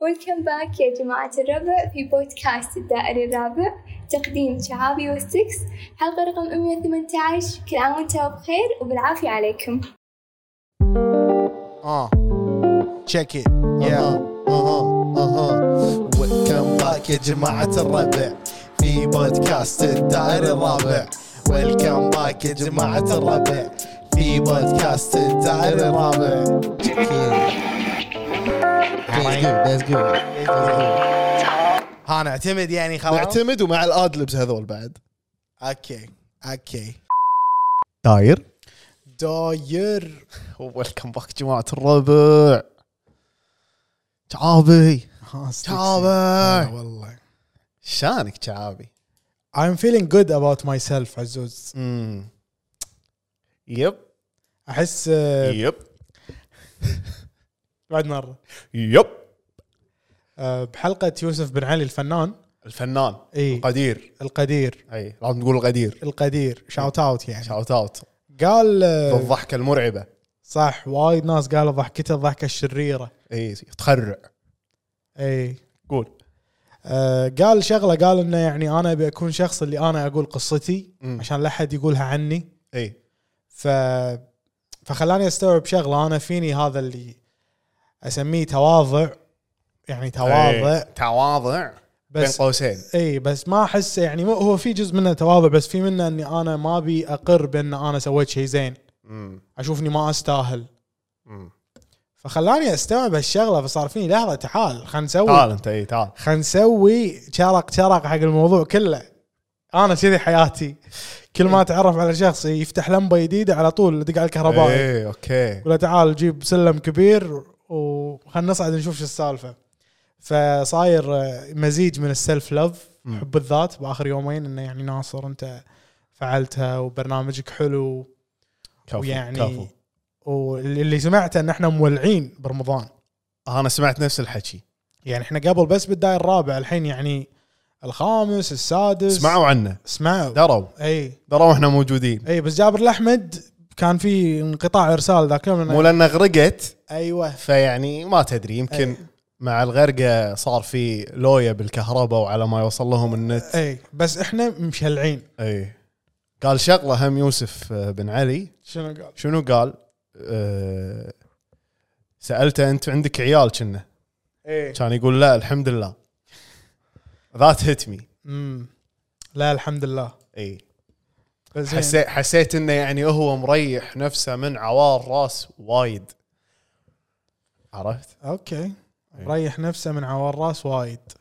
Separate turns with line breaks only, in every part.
ويلكم باك يا جماعة الربع في بودكاست الدائري الرابع تقديم شعابي والسكس حلقة رقم 118 كل عام وانتم بخير وبالعافية عليكم
Uh, check it. Yeah. Uh-huh. Uh-huh. Uh-huh. Welcome back يا جماعة الربع في بودكاست الدائري الرابع. Welcome back يا جماعة الربع في بودكاست الدائري الرابع. Check it.
That's good, that's good.
ها نعتمد يعني خلاص.
معتمد ومع الادلبس هذول بعد
اوكي اوكي.
داير
داير ويلكم باك جماعة
الربع شعابي
الرابع.
والله
شانك شعابي
I'm feeling good about myself عزوز
امم يب
احس آه،
يب
بعد مره
يب
آه، بحلقه يوسف بن علي الفنان
الفنان
إي.
القدير
القدير
اي لازم نقول القدير
القدير شاوت اوت يعني
شاوت اوت
قال آه،
بالضحكه المرعبه
صح وايد ناس قالوا ضحكته الضحكه الشريره
اي إيه. تخرع
اي
قول
آه، قال شغله قال انه يعني انا ابي اكون شخص اللي انا اقول قصتي
مم.
عشان لا احد يقولها عني
اي
ف فخلاني استوعب شغله انا فيني هذا اللي اسميه تواضع يعني تواضع
إي. تواضع بين
بس
قوسين
اي بس ما احس يعني مو هو في جزء منه تواضع بس في منه اني انا ما ابي اقر بان انا سويت شيء زين
امم
اشوفني ما استاهل
أمم.
فخلاني استوعب هالشغله فصار فيني لحظه تعال خلينا
تعال
نسوي
انت اي تعال
خلينا نسوي شرق شرق حق الموضوع كله انا كذي حياتي كل ما اتعرف على شخص يفتح لمبه جديده على طول دق على الكهربائي
إيه.
اي اوكي
ولا تعال جيب سلم كبير وخلنا نصعد نشوف شو السالفه فصاير آه، مزيج من السيلف لوف
مم.
حب الذات باخر يومين انه يعني ناصر انت فعلتها وبرنامجك حلو
كفو
ويعني
كفو
واللي سمعته ان احنا مولعين برمضان
انا سمعت نفس الحكي
يعني احنا قبل بس بالداير الرابع الحين يعني الخامس السادس
اسمعوا عنه
اسمعوا
دروا
اي
دروا احنا موجودين
اي بس جابر الاحمد كان في انقطاع ارسال ذاك
مو
اليوم
لان غرقت أيوة.
ايوه
فيعني ما تدري يمكن مع الغرقه صار في لويا بالكهرباء وعلى ما يوصل لهم النت
اي بس احنا مشلعين
اي قال شغله هم يوسف آه، بن علي
شنو قال؟
شنو قال؟ أه سالته انت عندك عيال كنا
ايه
كان يقول لا الحمد لله ذات هيت مي
امم لا الحمد لله
اي
بس زين.
حسيت إيه. حسيت انه يعني هو مريح نفسه من عوار راس وايد عرفت؟
اوكي مريح يعني، نفسه من عوار راس وايد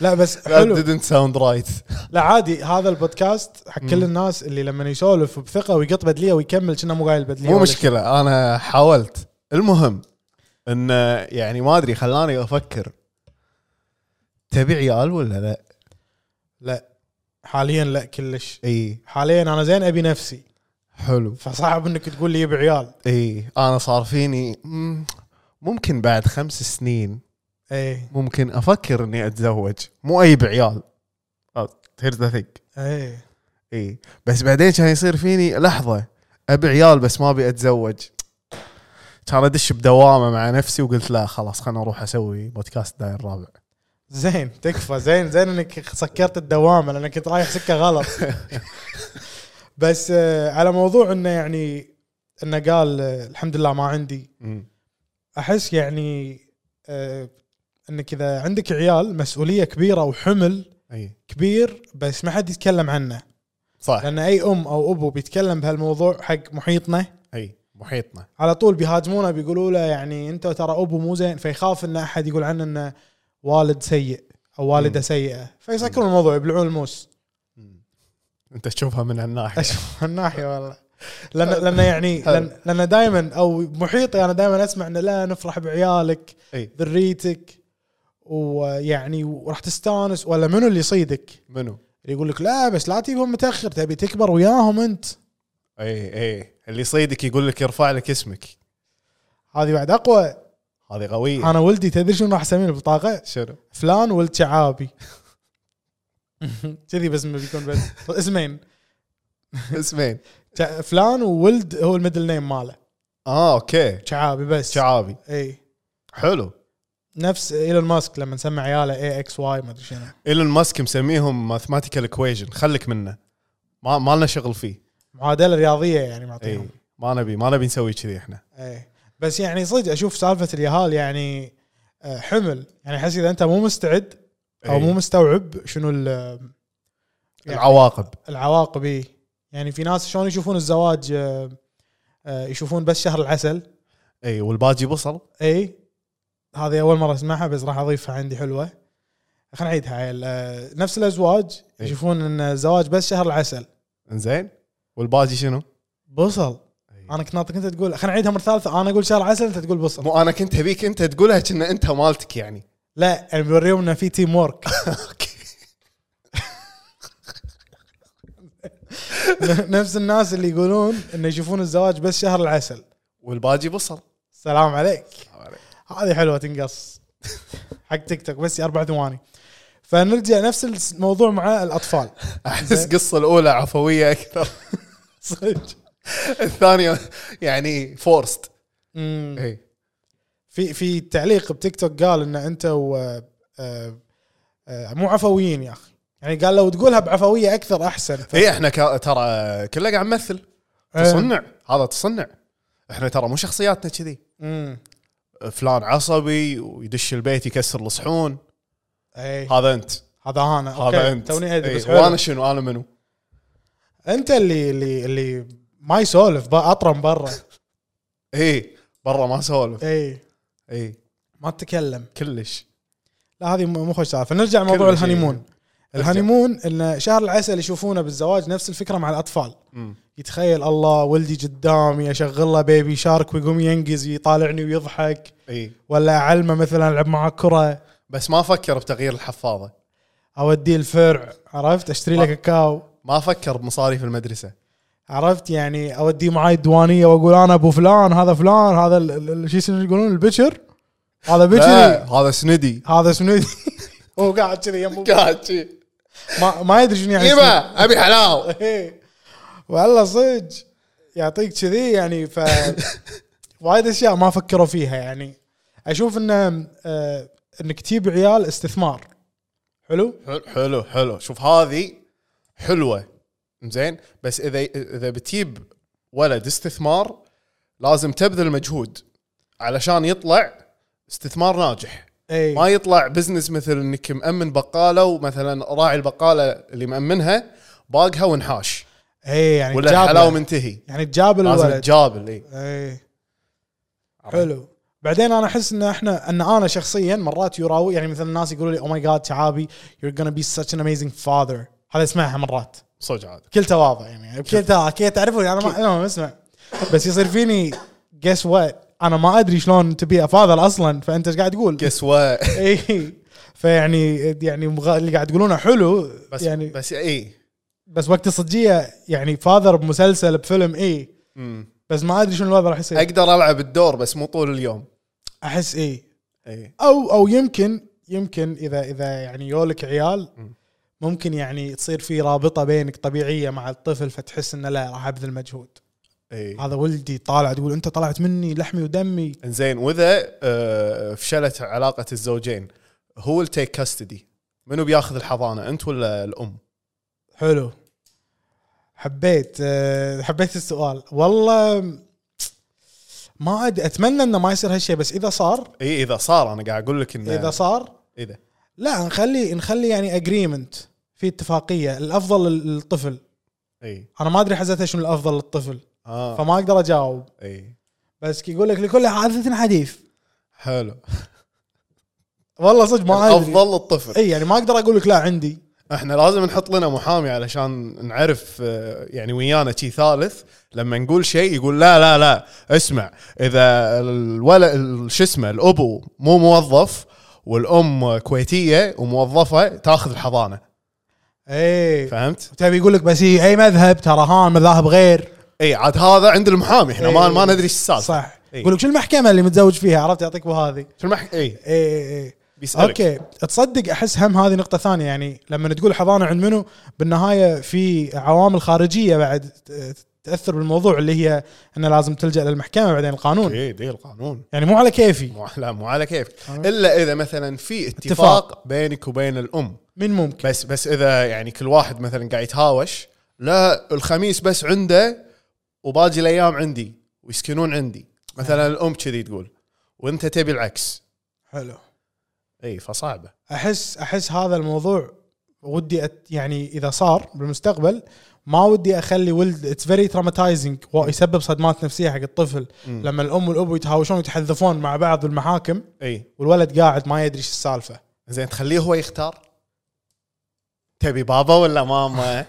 لا بس
That
حلو
didn't sound right
لا عادي هذا البودكاست حق كل الناس اللي لما يسولف بثقه ويقط بدليه ويكمل كنا مو قايل بدليه
مو
ولا شيء.
مشكلة أنا حاولت المهم إن يعني ما أدري خلاني أفكر تبي عيال ولا لا؟
لا حاليا لا كلش
إي
حاليا انا زين ابي نفسي
حلو
فصعب انك تقول لي يبي عيال
إي أنا صار فيني مم، ممكن بعد خمس سنين
اي
ممكن أفكر إني أتزوج مو أي بعيال هيرز ذا ثينك
اي
إي بس بعدين كان يصير فيني لحظة أبي عيال بس ما أبي أتزوج كان أدش بدوامة مع نفسي وقلت لا خلاص خلنا أروح أسوي بودكاست داير الرابع
زين تكفى زين زين انك سكرت الدوامه لانك كنت رايح سكه غلط بس آه، على موضوع انه يعني انه قال آه، الحمد لله ما عندي احس يعني آه، انك اذا عندك عيال مسؤوليه كبيره وحمل
اي
كبير بس ما حد يتكلم عنه
صح
لان اي ام او ابو بيتكلم بهالموضوع حق محيطنا
اي محيطنا
على طول بيهاجمونه بيقولوا له يعني انت ترى ابو مو زين فيخاف ان احد يقول عنه انه والد سيء او والده سيئه فيسكرون الموضوع يبلعون الموس
انت تشوفها من هالناحيه
اشوف الناحيه والله لان لان يعني لان, لأن دائما او محيطي انا دائما اسمع انه لا نفرح بعيالك
اي
ذريتك ويعني وراح تستانس ولا منو اللي يصيدك؟
منو؟
اللي يقول لك لا بس لا تجيبهم متاخر تبي تكبر وياهم انت
اي اي اللي يصيدك يقول لك يرفع لك اسمك
هذه بعد اقوى
هذه قويه
انا ولدي تدري شنو راح اسميه البطاقه؟
شنو؟
فلان ولد شعابي كذي بس ما بيكون بس اسمين
اسمين
شع- فلان وولد هو الميدل نيم ماله
اه اوكي
شعابي بس
شعابي
اي
حلو
نفس ايلون ماسك لما سمى عياله اي اكس واي ما ادري شنو
ايلون ماسك مسميهم ماثماتيكال اكويجن خلك منه ما ما لنا شغل فيه
معادله رياضيه يعني
اي
معطيهم
ما نبي ما نبي نسوي كذي احنا
اي بس يعني صدق اشوف سالفه اليهال يعني آه، حمل يعني احس اذا انت مو مستعد او
إي.
مو مستوعب شنو ال- يعني-
العواقب
العواقب إي. يعني في ناس شلون يشوفون الزواج آه، آه، يشوفون بس شهر العسل
اي والباجي بصل
اي هذه اول مره اسمعها بس راح اضيفها عندي حلوه خلينا نعيدها عيل آه، نفس الازواج
إي.
يشوفون ان الزواج بس شهر العسل
انزين والباجي شنو؟
بصل انا كنت ناطق انت تقول خلينا نعيدها مره ثالثه انا اقول شهر عسل انت تقول بصل
مو انا كنت ابيك انت تقولها كنا انت مالتك يعني
لا يعني بيوريهم انه في تيم ورك نفس الناس اللي يقولون انه يشوفون الزواج بس شهر العسل
والباجي بصل
السلام عليك هذه حلوه تنقص حق تيك توك بس اربع ثواني فنرجع نفس الموضوع مع الاطفال
احس القصه الاولى عفويه اكثر
صدق
الثانيه يعني فورست
أمم.
اي
في في تعليق بتيك توك قال ان انت و آه، آه، مو عفويين يا اخي يعني قال لو تقولها بعفويه اكثر احسن ف...
اي احنا كا- ترى كلنا قاعد نمثل إيه، تصنع هذا تصنع احنا ترى مو شخصياتنا كذي
أمم.
فلان عصبي ويدش البيت يكسر الصحون
اي
هذا انت
إيه، هذا انا
هذا إيه، انت
توني ادري
إي،
بس حلو.
وانا شنو انا منو
انت اللي اللي اللي ما يسولف با- اطرم برا
اي برا ما سولف
اي
اي
ما تتكلم
كلش
لا هذه مو مو خوش سالفه نرجع لموضوع
كلش إي.
الهانيمون الهانيمون ان شهر العسل يشوفونه بالزواج نفس الفكره مع الاطفال
مم.
يتخيل الله ولدي قدامي اشغل له بيبي شارك ويقوم ينقز يطالعني ويضحك
اي
ولا اعلمه مثلا العب معاه كره
بس ما فكر بتغيير الحفاضه
اوديه الفرع عرفت اشتري له
ما-
كاكاو
ما فكر بمصاريف المدرسه
عرفت يعني اوديه معاي الديوانيه واقول انا ابو فلان هذا فلان هذا ال- ال- ال- شو اسمه يقولون البشر هذا بشري
لا هذا سندي
هذا سنودي هو قاعد كذي يم أبوه.
قاعد شي.
ما, ما يدري شنو يعني سنودي.
يبا ابي حلاوه
إيه. والله صدق يعطيك كذي يعني ف وايد اشياء ما فكروا فيها يعني اشوف انه آه، انك تجيب عيال استثمار حلو
حلو- حلو حلو شوف هذه حلوه زين بس اذا اذا بتجيب ولد استثمار لازم تبذل مجهود علشان يطلع استثمار ناجح
اي
ما يطلع بزنس مثل انك مأمن بقاله ومثلا راعي البقاله اللي مأمنها باقها وانحاش
اي يعني
ولا
تجابله.
الحلاوه منتهي
يعني تجاب
لازم
الولد
تجابل اي
اي حلو بعدين انا احس ان احنا ان انا شخصيا مرات يراوي يعني مثلا الناس يقولوا لي او ماي جاد شعابي يور gonna بي such an amazing father هذا اسمعها مرات
صدق عاد
بكل تواضع يعني بكل تواضع كي تعرفوني انا ما انا ما اسمع بس يصير فيني جس وات انا ما ادري شلون تبي افاضل اصلا فانت ايش قاعد تقول؟
قس و-
اي فيعني يعني مغ- اللي قاعد تقولونه حلو
بس
يعني
يعني
بس,
بس اي
بس وقت الصجيه يعني فاذر بمسلسل بفيلم اي
مم.
بس ما ادري شنو الوضع راح يصير
اقدر العب الدور بس مو طول اليوم
احس اي
اي
او او يمكن يمكن اذا اذا يعني يولك عيال
مم.
ممكن يعني تصير في رابطه بينك طبيعيه مع الطفل فتحس انه لا راح ابذل مجهود
اي
هذا ولدي طالع تقول انت طلعت مني لحمي ودمي
انزين واذا آه، فشلت علاقه الزوجين هو التيك كاستدي منو بياخذ الحضانه انت ولا الام
حلو حبيت آه، حبيت السؤال والله ما ادري اتمنى انه ما يصير هالشيء بس اذا صار
اي اذا صار انا قاعد اقول لك انه
اذا صار
اذا
لا نخلي نخلي يعني اجريمنت في اتفاقيه الافضل لل- للطفل
اي
انا ما ادري حزتها شنو الافضل للطفل
اه
فما اقدر اجاوب
اي
بس كي يقول لك لكل حادثه حديث
حلو
والله صدق ما ادري
افضل للطفل
اي يعني ما اقدر اقول لك لا عندي
احنا لازم نحط لنا محامي علشان نعرف آه، يعني ويانا شي ثالث لما نقول شيء يقول لا لا لا اسمع اذا الولد شو اسمه الابو مو موظف والام كويتيه وموظفه تاخذ الحضانه
اي
فهمت؟
تبي يقول لك بس هي اي مذهب ترى هان مذاهب غير
اي عاد هذا عند المحامي احنا ما
إي.
ما ندري ايش السالفه
صح
إي.
يقول لك شو المحكمه اللي متزوج فيها عرفت يعطيك ابو هذه إيه،
شو المح... اي
اي اي اي
بيسالك
اوكي تصدق احس هم هذه نقطه ثانيه يعني لما تقول حضانه عند منو بالنهايه في عوامل خارجيه بعد ت- تاثر بالموضوع اللي هي انه لازم تلجا للمحكمه بعدين القانون
اكيد إيه، القانون
يعني مو على كيفي
مو لا مو على كيفك
آه.
الا اذا مثلا في
اتفاق.
اتفاق بينك وبين الام
من ممكن
بس بس اذا يعني كل واحد مثلا قاعد يتهاوش لا الخميس بس عنده وباقي الايام عندي ويسكنون عندي مثلا
نعم.
الام كذي تقول وانت تبي العكس
حلو
اي فصعبه
احس احس هذا الموضوع ودي أت يعني اذا صار بالمستقبل ما ودي اخلي ولد اتس فيري تروماتايزنج يسبب صدمات نفسيه حق الطفل
مم.
لما الام والابو يتهاوشون ويتحذفون مع بعض بالمحاكم
اي
والولد قاعد ما يدري ايش السالفه
زين تخليه هو يختار تبي بابا ولا ماما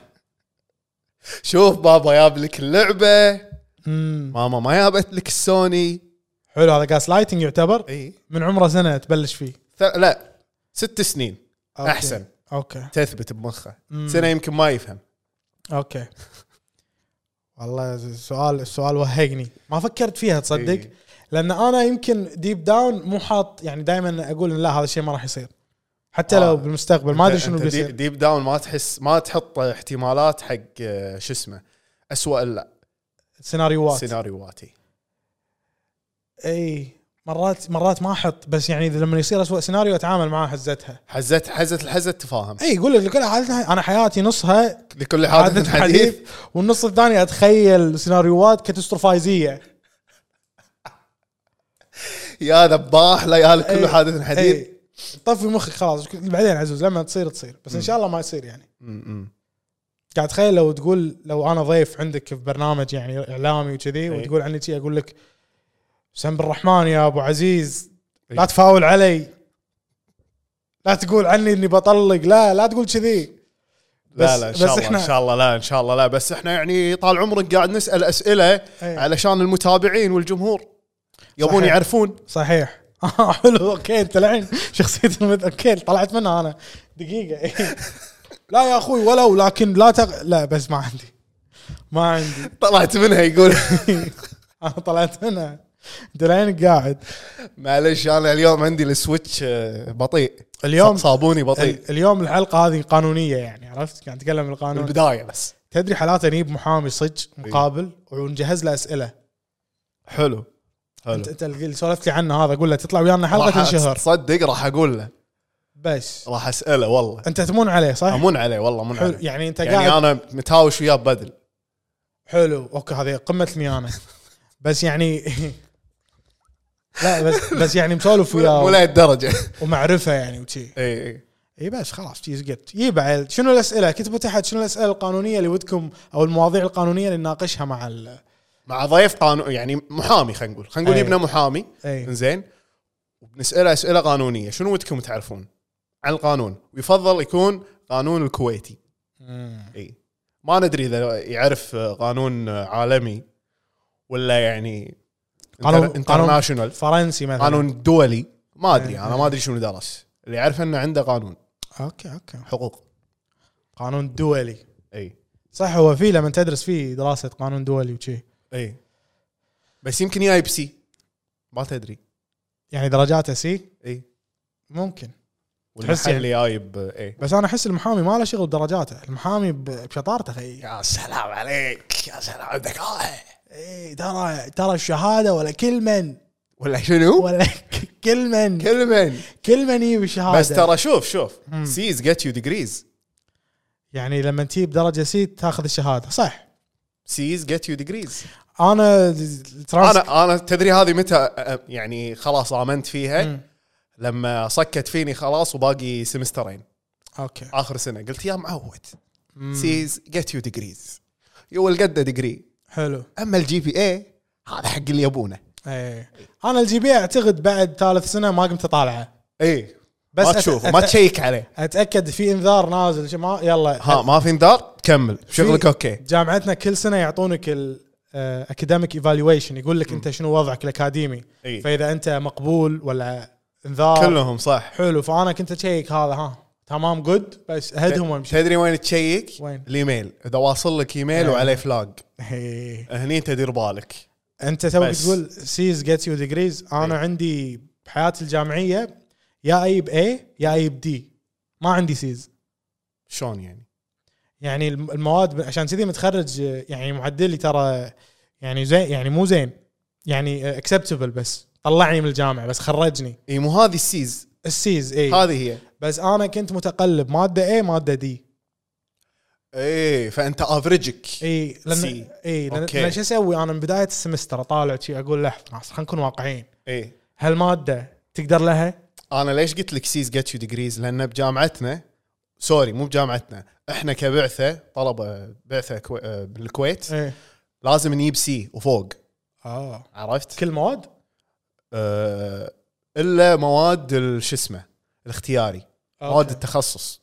شوف بابا جاب لك اللعبه
مم.
ماما ما جابت لك السوني
حلو هذا جاس لايتنج يعتبر
اي
من عمره سنه تبلش فيه
ث- لا ست سنين
أوكي.
احسن
اوكي
تثبت بمخه
مم.
سنه يمكن ما يفهم
اوكي والله السؤال السؤال وهقني ما فكرت فيها تصدق
إي.
لان انا يمكن ديب داون مو حاط يعني دائما اقول إن لا هذا الشيء ما راح يصير حتى
آه.
لو بالمستقبل ما ادري
أنت-
شنو
أنت
بيصير
ديب- ديب داون ما تحس ما تحط احتمالات حق آه، شو اسمه اسوء
سيناريوهات
السيناريواتي
اي مرات مرات ما احط بس يعني إذا لما يصير اسوء سيناريو اتعامل معاه حزتها
حزت حزت الحزت تفاهم
اي يقول لك كل حالتنا انا حياتي نصها
لكل
حادث
حادث حديث
حديث والنص الثاني اتخيل سيناريوهات كاتستروفايزيه
يا ذباح لا يا لكل
إي.
حادث حديث
إي. إيه. طفي مخك خلاص بعدين عزوز لما تصير تصير بس ان شاء الله ما يصير يعني
م- م.
قاعد اتخيل لو تقول لو انا ضيف عندك في برنامج يعني اعلامي
إيه.
وكذي وتقول عني شي اقول لك بسم الرحمن يا ابو عزيز لا
إي.
تفاول علي لا تقول عني اني بطلق لا لا تقول كذي
لا
بس-
لا ان
بس
شاء الله
إحنا-
ان شاء الله لا ان شاء الله لا بس احنا يعني طال عمرك قاعد نسال اسئله
إي.
علشان المتابعين والجمهور يبون
صحيح.
يعرفون
صحيح آه، حلو اوكي انت الحين شخصيه المد... اوكي طلعت منها انا دقيقه إي. لا يا اخوي ولو لكن لا تق... لا بس ما عندي ما عندي
طلعت منها يقول
انا طلعت منها انت الحين قاعد
معلش انا اليوم عندي السويتش آه، بطيء
اليوم-
صابوني بطيء
ال- اليوم الحلقه هذه قانونيه يعني عرفت قاعد نتكلم عن القانون
بالبدايه بس
تدري حالات نجيب محامي صج مقابل ونجهز له اسئله
حلو حلو
انت انت اللي سولفت لي عنه هذا اقول له تطلع ويانا حلقه كل
راح
شهر
تصدق راح اقول له
بس
راح اساله والله
انت تمون عليه صح؟
امون عليه والله امون
أه. حلو
عليه
يعني انت
يعني
قاعد
انا متهاوش وياه بدل
حلو اوكي هذه قمه الميانه بس يعني لا بس بس يعني مسولف
مو
وياه
لهالدرجه
ومعرفه يعني وشي
اي اي
اي بس خلاص شي زقت اي بعد شنو الاسئله كتبوا تحت شنو الاسئله القانونيه اللي ودكم او المواضيع القانونيه اللي نناقشها مع ال...
مع ضيف قانون يعني محامي خلينا نقول خلينا
أي.
نقول يبنا محامي
أي.
زين وبنساله اسئله قانونيه شنو ودكم تعرفون عن القانون ويفضل يكون قانون الكويتي اي ما ندري اذا يعرف قانون عالمي ولا يعني
قانون-
انترناشونال
فرنسي مثلا
قانون دولي ما ادري انا ما ادري شنو درس اللي يعرف انه عنده قانون
اوكي اوكي
حقوق
قانون دولي
اي
صح هو في لما تدرس فيه دراسه قانون دولي وشي
اي إيه. بس يمكن جايب سي ما تدري إيه.
يعني درجاته سي
اي
ممكن تحس
تحس
يعني-
اللي جايب اي
بس انا احس المحامي ما له شغل بدرجاته المحامي ب- بشطارته خي
يا سلام عليك يا سلام على الذكاء
إيه ترى ترى الشهاده ولا كل من
ولا شنو؟
ولا ك- كل من
كل من
كل من يجيب الشهاده
بس ترى شوف شوف سيز جيت يو ديجريز
يعني لما تجيب درجه سي تاخذ الشهاده صح
سيز جيت يو ديجريز
انا ترانس
انا انا تدري هذه متى أ- يعني خلاص امنت
مم.
فيها لما صكت فيني خلاص وباقي سمسترين
اوكي
اخر سنه قلت يا معود سيز جيت يو ديجريز يو ويل جيت ديجري
حلو
اما الجي بي اي E هذا حق اللي يبونه
ايه انا الجي بي اعتقد بعد ثالث سنه ما قمت اطالعه
اي
إيه. بس
بس ما
أت-
تشوفه ما
أت-
تشيك عليه
اتاكد في انذار نازل شو ما يلا
ها ما في انذار كمل شغلك
في- آه.
اوكي
جامعتنا كل سنه يعطونك الاكاديميك ايفالويشن يقول لك انت شنو وضعك الاكاديمي
إي.
فاذا انت مقبول ولا انذار
كلهم صح
حلو فانا كنت اشيك هذا ها تمام جود بس اهدهم وامشي
تدري وين تشيك؟
وين؟
الايميل اذا واصل لك ايميل
إيه.
وعليه فلاج
إي.
هني تدير بالك
انت توك
بس.
تقول سيز جيت يو ديجريز انا عندي بحياتي الجامعيه يا اي باي يا اي بدي ما عندي سيز
شلون يعني؟
يعني الم- المواد عشان كذي متخرج آه، يعني معدلي ترى يعني زين يعني مو زين يعني اكسبتبل بس طلعني من الجامعه بس خرجني
اي إيه، مو هذه السيز
السيز اي
هذه هي
بس انا كنت متقلب ماده اي ماده دي
اي فانت افريجك
اي لان
سي.
اي لان
أوكي.
لأن شو اسوي انا من بدايه السمستر اطالع شي اقول لحظه لحظة، خلينا نكون واقعيين
اي
هالماده تقدر لها
انا ليش قلت لك سيز جت يو ديجريز لان بجامعتنا سوري مو بجامعتنا احنا كبعثه طلبه بعثه كو... آه، بالكويت
ايه
لازم نجيب سي وفوق آه.
اه
عرفت؟
كل مواد
آه الا مواد ال- شو اسمه الاختياري مواد
أوكي.
التخصص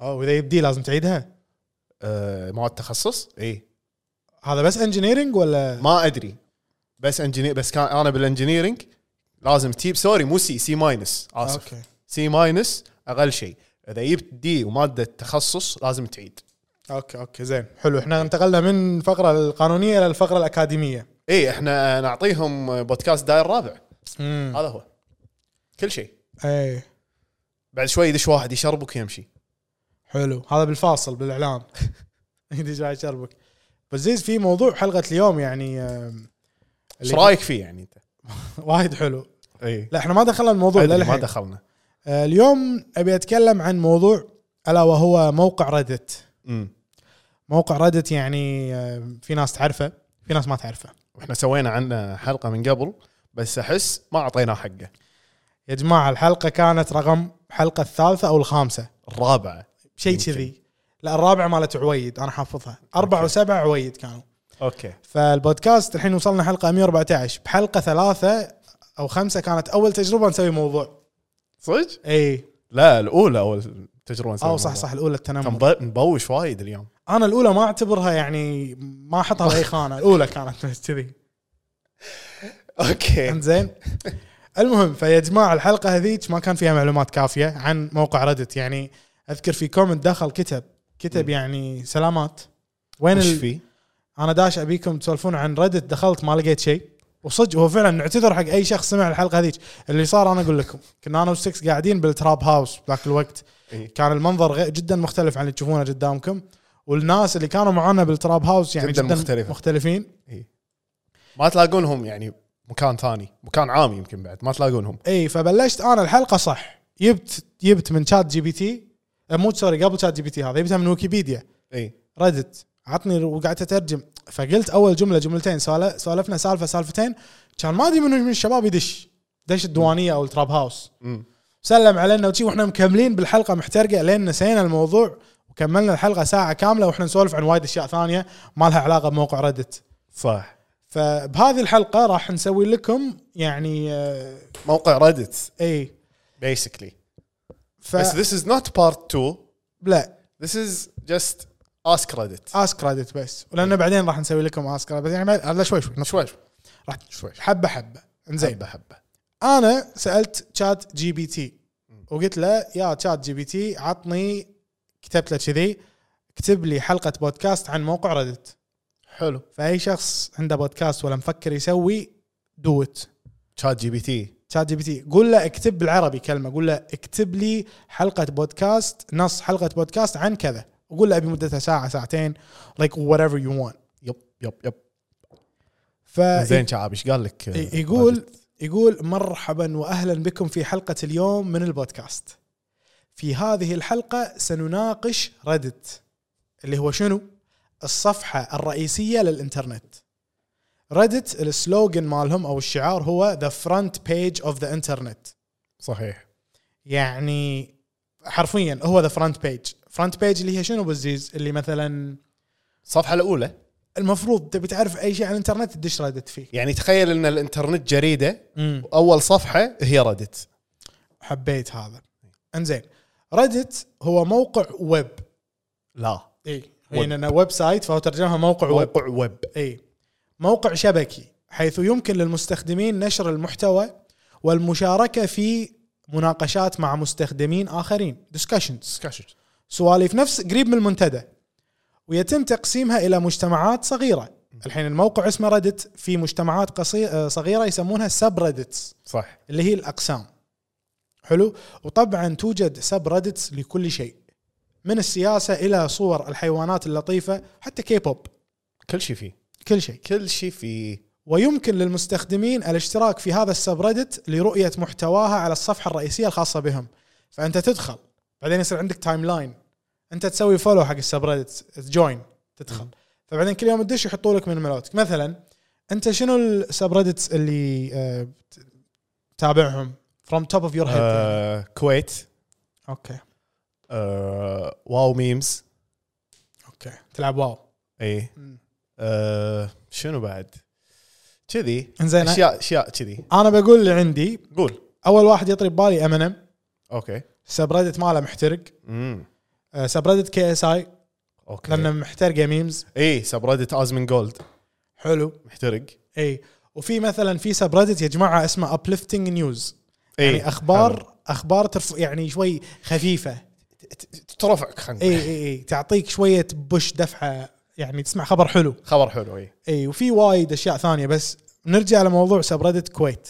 اه واذا يبدي لازم تعيدها
آه مواد تخصص اي
هذا بس انجينيرنج ولا
ما ادري بس انجينير بس كان انا بالانجينيرنج لازم تجيب سوري مو سي سي ماينس اسف
اوكي
سي ماينس اقل شيء اذا جبت دي وماده تخصص لازم تعيد
اوكي اوكي زين حلو احنا انتقلنا من الفقره القانونيه الى الفقره الاكاديميه
اي احنا إيه، نعطيهم بودكاست داير الرابع
امم
هذا هو كل شيء
اي
بعد شوي يدش واحد يشربك ويمشي
حلو هذا بالفاصل بالاعلان يدي جاي شربك بس زيز في موضوع حلقه اليوم يعني آم،
ايش
اللي- إيه.
رايك فيه يعني انت؟
وايد حلو
اي
لا احنا ما دخلنا الموضوع لا
ما
للحين
دخلنا
آه، اليوم ابي اتكلم عن موضوع الا وهو موقع ريدت
امم
موقع ريدت يعني آه، في ناس تعرفه في ناس ما تعرفه
واحنا سوينا عنه حلقه من قبل بس احس ما اعطيناه حقه
يا جماعه الحلقه كانت رقم حلقه الثالثه او الخامسه
الرابعه
شيء
يمكن.
كذي لا الرابعه مالت عويد انا حافظها اربعه وسبعه عويد كانوا
اوكي
فالبودكاست الحين وصلنا حلقه 114 بحلقه ثلاثه او خمسه كانت اول تجربه نسوي موضوع
صدق؟
اي
لا الاولى اول تجربه نسوي
او صح
الموضوع.
صح الاولى التنمر
كان ب- مبوش وايد اليوم
انا الاولى ما اعتبرها يعني ما احطها باي خانه الاولى كانت بس كذي
اوكي
انزين المهم فيا جماعه الحلقه هذيك ما كان فيها معلومات كافيه عن موقع ردت يعني اذكر في كومنت دخل كتب كتب يعني سلامات وين
ايش
ال...
فيه؟
انا داش ابيكم تسولفون عن ردت دخلت ما لقيت شيء وصدق هو فعلا نعتذر حق اي شخص سمع الحلقه هذيك اللي صار انا اقول لكم كنا انا وسكس قاعدين بالتراب هاوس ذاك الوقت
إيه.
كان المنظر غير جدا مختلف عن اللي تشوفونه قدامكم والناس اللي كانوا معانا بالتراب هاوس يعني
جداً
جدا,
مختلفة.
مختلفين
ما تلاقونهم يعني مكان ثاني مكان عام يمكن بعد ما تلاقونهم
اي فبلشت انا الحلقه صح جبت جبت من شات جي بي تي آه، مو سوري قبل شات جي بي تي هذا جبتها من ويكيبيديا
اي
إيه. ردت عطني وقعدت اترجم فقلت اول جمله جملتين سوال- سولفنا سالفه سالفتين كان ما ادري منو من الشباب يدش دش الديوانيه او التراب هاوس
مم.
سلم علينا وشي واحنا مكملين بالحلقه محترقه لين نسينا الموضوع وكملنا الحلقه ساعه كامله واحنا نسولف عن وايد اشياء ثانيه ما لها علاقه بموقع ردت
صح
فبهذه الحلقه راح نسوي لكم يعني آه،
موقع ريدت
اي
بيسكلي
ف
بس this is not part 2
لا
this is just ask reddit
اسك ردت بس
إيه.
ولان بعدين راح نسوي لكم اسك ردت يعني بعد- هذا شوي شوي
شوي شوي
راح
شوي شوي.
حبه حبه انزين
حبه حبه
انا سالت شات جي بي تي وقلت له يا شات جي بي تي عطني كتبت له كذي اكتب لي حلقه بودكاست عن موقع ردت
حلو
فاي شخص عنده بودكاست ولا مفكر يسوي دوت
شات جي بي تي
شات جي بي تي قول له اكتب بالعربي كلمه قول له اكتب لي حلقه بودكاست نص حلقه بودكاست عن كذا وقول له ابي مدتها ساعه ساعتين like whatever you want
يب يب يب
ف
زين شعب ايش قال لك آه،
إيه. يقول
Reddit؟
يقول مرحبا واهلا بكم في حلقه اليوم من البودكاست. في هذه الحلقه سنناقش ردت اللي هو شنو؟ الصفحه الرئيسيه للانترنت. ردت السلوغن مالهم او الشعار هو ذا فرونت بيج اوف ذا انترنت.
صحيح
يعني حرفيا هو ذا فرونت بيج، فرونت بيج اللي هي شنو بالزيز؟ اللي مثلا
الصفحه الاولى
المفروض تبي تعرف اي شيء عن الانترنت تدش ردت فيه.
يعني تخيل ان الانترنت جريده
مم.
واول صفحه هي ردت
حبيت هذا انزين ريدت هو موقع ويب
لا
اي
ويب.
لان ويب سايت فهو ترجمها موقع ويب
موقع ويب
اي موقع شبكي حيث يمكن للمستخدمين نشر المحتوى والمشاركه في مناقشات مع مستخدمين اخرين ديسكشنز سواليف نفس قريب من المنتدى ويتم تقسيمها الى مجتمعات صغيره الحين الموقع اسمه ريدت في مجتمعات قصي- آه، صغيره يسمونها سب ريدتس
صح
اللي هي الاقسام حلو وطبعا توجد سب ريدتس لكل شيء من السياسه الى صور الحيوانات اللطيفه حتى كيبوب
كل شيء فيه
كل شيء
كل شيء فيه
ويمكن للمستخدمين الاشتراك في هذا السبريدت لرؤية محتواها على الصفحة الرئيسية الخاصة بهم فأنت تدخل بعدين يصير عندك تايم لاين أنت تسوي فولو حق السبريدت جوين تدخل فبعدين كل يوم تدش يحطوا لك من ملوتك مثلا أنت شنو السبريدت اللي آه، ت- تتابعهم from top of your head يعني.
آه كويت
اوكي
آه واو ميمز
اوكي تلعب واو
اي إيه. آه شنو بعد كذي
إنزين.
اشياء اشياء كذي
انا بقول اللي عندي
قول
اول واحد يطري ببالي امينيم
اوكي
سبريدت ماله محترق
امم
آه، سبريدت كي اس اي
اوكي
لانه محترقه ميمز
اي سبريدت ازمن جولد
حلو
محترق
اي وفي مثلا في سبريدت يا جماعه اسمه ابليفتنج نيوز
إيه،
يعني اخبار اخبار ترف يعني شوي خفيفه
ترفعك خلينا
اي
نقول.
اي اي تعطيك شويه بوش دفعه يعني تسمع خبر حلو
خبر حلو اي
اي وفي وايد اشياء ثانيه بس نرجع لموضوع سبريدت كويت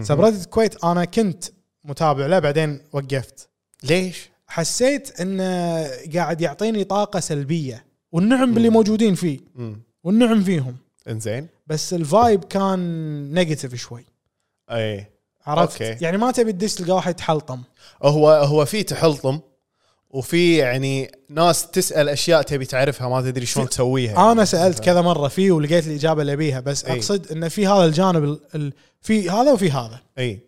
سبريدت كويت انا كنت متابع له بعدين وقفت
ليش؟
حسيت انه قاعد يعطيني طاقه سلبيه والنعم باللي موجودين فيه
امم
والنعم فيهم
انزين
بس الفايب كان نيجاتيف شوي
اي
عرفت
أوكي.
يعني ما تبي تدش تلقى واحد يتحلطم
هو هو في تحلطم وفي يعني ناس تسال اشياء تبي تعرفها ما تدري شلون تسويها
انا سالت كذا مره فيه ولقيت الاجابه اللي ابيها بس
إي.
اقصد انه في هذا الجانب ال... ال... في هذا وفي هذا
اي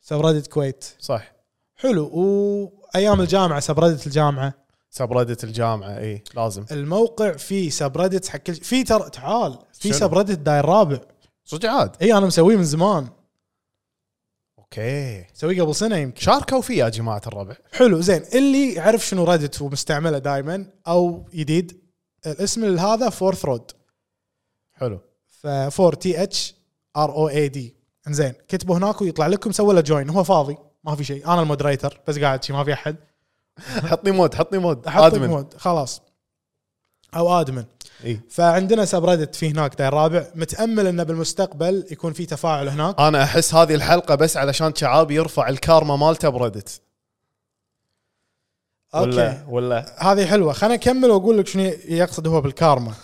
سبريدت كويت
صح
حلو وايام الجامعه سبريدت الجامعه
سبريدت الجامعه اي لازم
الموقع فيه سبريدت حق كل شيء. في ترى تعال في
شنو؟
سبريدت داير رابع
صدق عاد
اي انا مسويه من زمان
اوكي
مسويه قبل سنه يمكن
شاركوا فيه يا جماعه الربع
حلو زين اللي يعرف شنو ريدت ومستعمله دائما او جديد الاسم هذا فورث رود
حلو
فور تي اتش ار او اي دي انزين كتبوا هناك ويطلع لكم سووا له جوين هو فاضي ما في شيء انا المودريتر بس قاعد شي ما في احد
حطني مود حطني مود
احط
ادمن
مود خلاص او ادمن
اي
فعندنا سبريدت في هناك داير رابع متامل انه بالمستقبل يكون في تفاعل هناك
انا احس هذه الحلقه بس علشان شعابي يرفع الكارما مالته بردت
اوكي
ولا ولا
هذه حلوه خليني اكمل واقول لك شنو يقصد هو بالكارما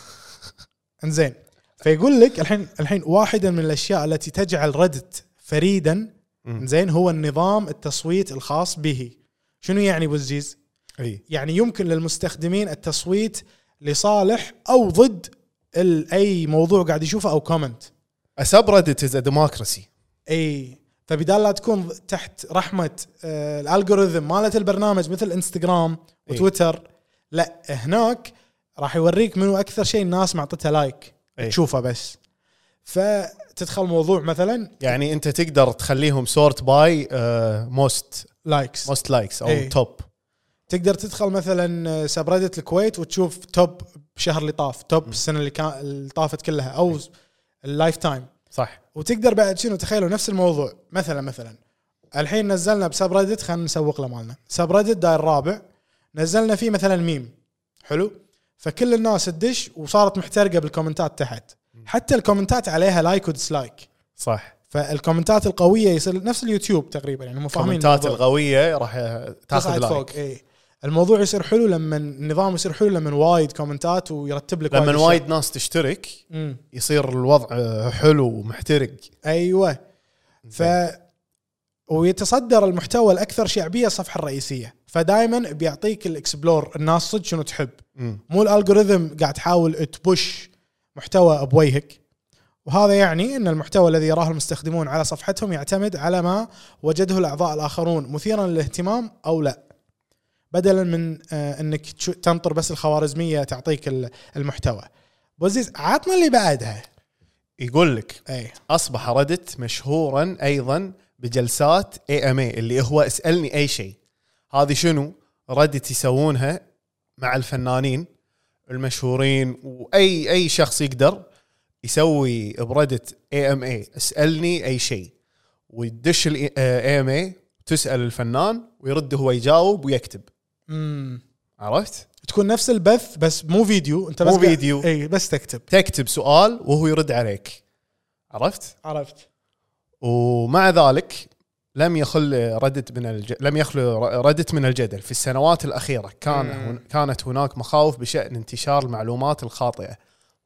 انزين فيقول لك الحين الحين واحدا من الاشياء التي تجعل ردت فريدا زين هو النظام التصويت الخاص به شنو يعني ابو الزيز؟
اي
يعني يمكن للمستخدمين التصويت لصالح او ضد ال- اي موضوع قاعد يشوفه او كومنت
سبريدت از ديموكراسي
اي فبدال لا تكون تحت رحمه آه، الالغوريثم مالت البرنامج مثل انستغرام
إي.
وتويتر لا هناك راح يوريك منو اكثر شيء الناس معطتها لايك
إي.
تشوفه بس فتدخل موضوع مثلا
يعني انت تقدر تخليهم uh, سورت باي موست
لايكس
موست لايكس او
إيه.
توب
تقدر تدخل مثلا سبريدت الكويت وتشوف توب بشهر اللي طاف توب السنه اللي, كان اللي طافت كلها او اللايف تايم
صح
وتقدر بعد شنو تخيلوا نفس الموضوع مثلا مثلا الحين نزلنا بسبريدت خلينا نسوق له مالنا سبريدت داير رابع نزلنا فيه مثلا ميم حلو فكل الناس تدش وصارت محترقه بالكومنتات تحت حتى الكومنتات عليها لايك وديسلايك
صح
فالكومنتات القويه يصير نفس اليوتيوب تقريبا يعني هم فاهمين
كومنتات
الموضوع.
القويه راح تاخذ
تصعد
لايك
فوق اي الموضوع يصير حلو لما النظام يصير حلو لما وايد كومنتات ويرتب لك
لما
أشياء.
وايد ناس تشترك
مم.
يصير الوضع آه، حلو ومحترق
ايوه ف ويتصدر المحتوى الاكثر شعبيه الصفحه الرئيسيه فدائما بيعطيك الاكسبلور الناس صدق شنو تحب
مم.
مو الالغوريثم قاعد تحاول تبش محتوى بوجهك وهذا يعني ان المحتوى الذي يراه المستخدمون على صفحتهم يعتمد على ما وجده الاعضاء الاخرون مثيرا للاهتمام او لا بدلا من آه، انك تشو- تنطر بس الخوارزميه تعطيك ال- المحتوى بوزيز عطنا اللي بعدها
يقول لك
اي
اصبح ردت مشهورا ايضا بجلسات اي ام اي اللي هو اسالني اي شيء هذه شنو ردت يسوونها مع الفنانين المشهورين واي اي شخص يقدر يسوي بردت اي ام اي اسالني اي شيء ويدش الاي ام اي تسال الفنان ويرد هو يجاوب ويكتب
امم
عرفت
تكون نفس البث بس مو فيديو انت بس
مو
قاعد-
فيديو.
اي بس تكتب
تكتب سؤال وهو يرد عليك عرفت
عرفت
ومع ذلك لم يخل ردت من الج... لم يخلو ردت من الجدل في السنوات الأخيرة كان هن... كانت هناك مخاوف بشأن انتشار المعلومات الخاطئة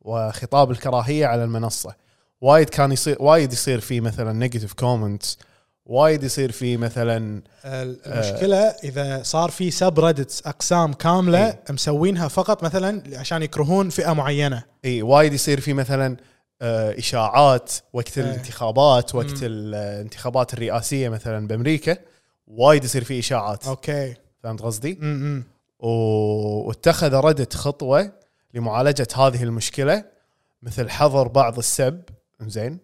وخطاب الكراهية على المنصة وايد كان يصير وايد يصير في مثلا نيجاتيف كومنتس وايد يصير في مثلا آه.
المشكله اذا صار في سب ريدتس اقسام كامله
إيه.
مسوينها فقط مثلا عشان يكرهون فئه معينه
اي وايد يصير في مثلا آه، اشاعات وقت الانتخابات وقت الانتخابات الرئاسيه مثلا بامريكا وايد يصير في اشاعات
اوكي
فهمت قصدي؟
م-م.
و- واتخذ ردت خطوه لمعالجه هذه المشكله مثل حظر بعض السب زين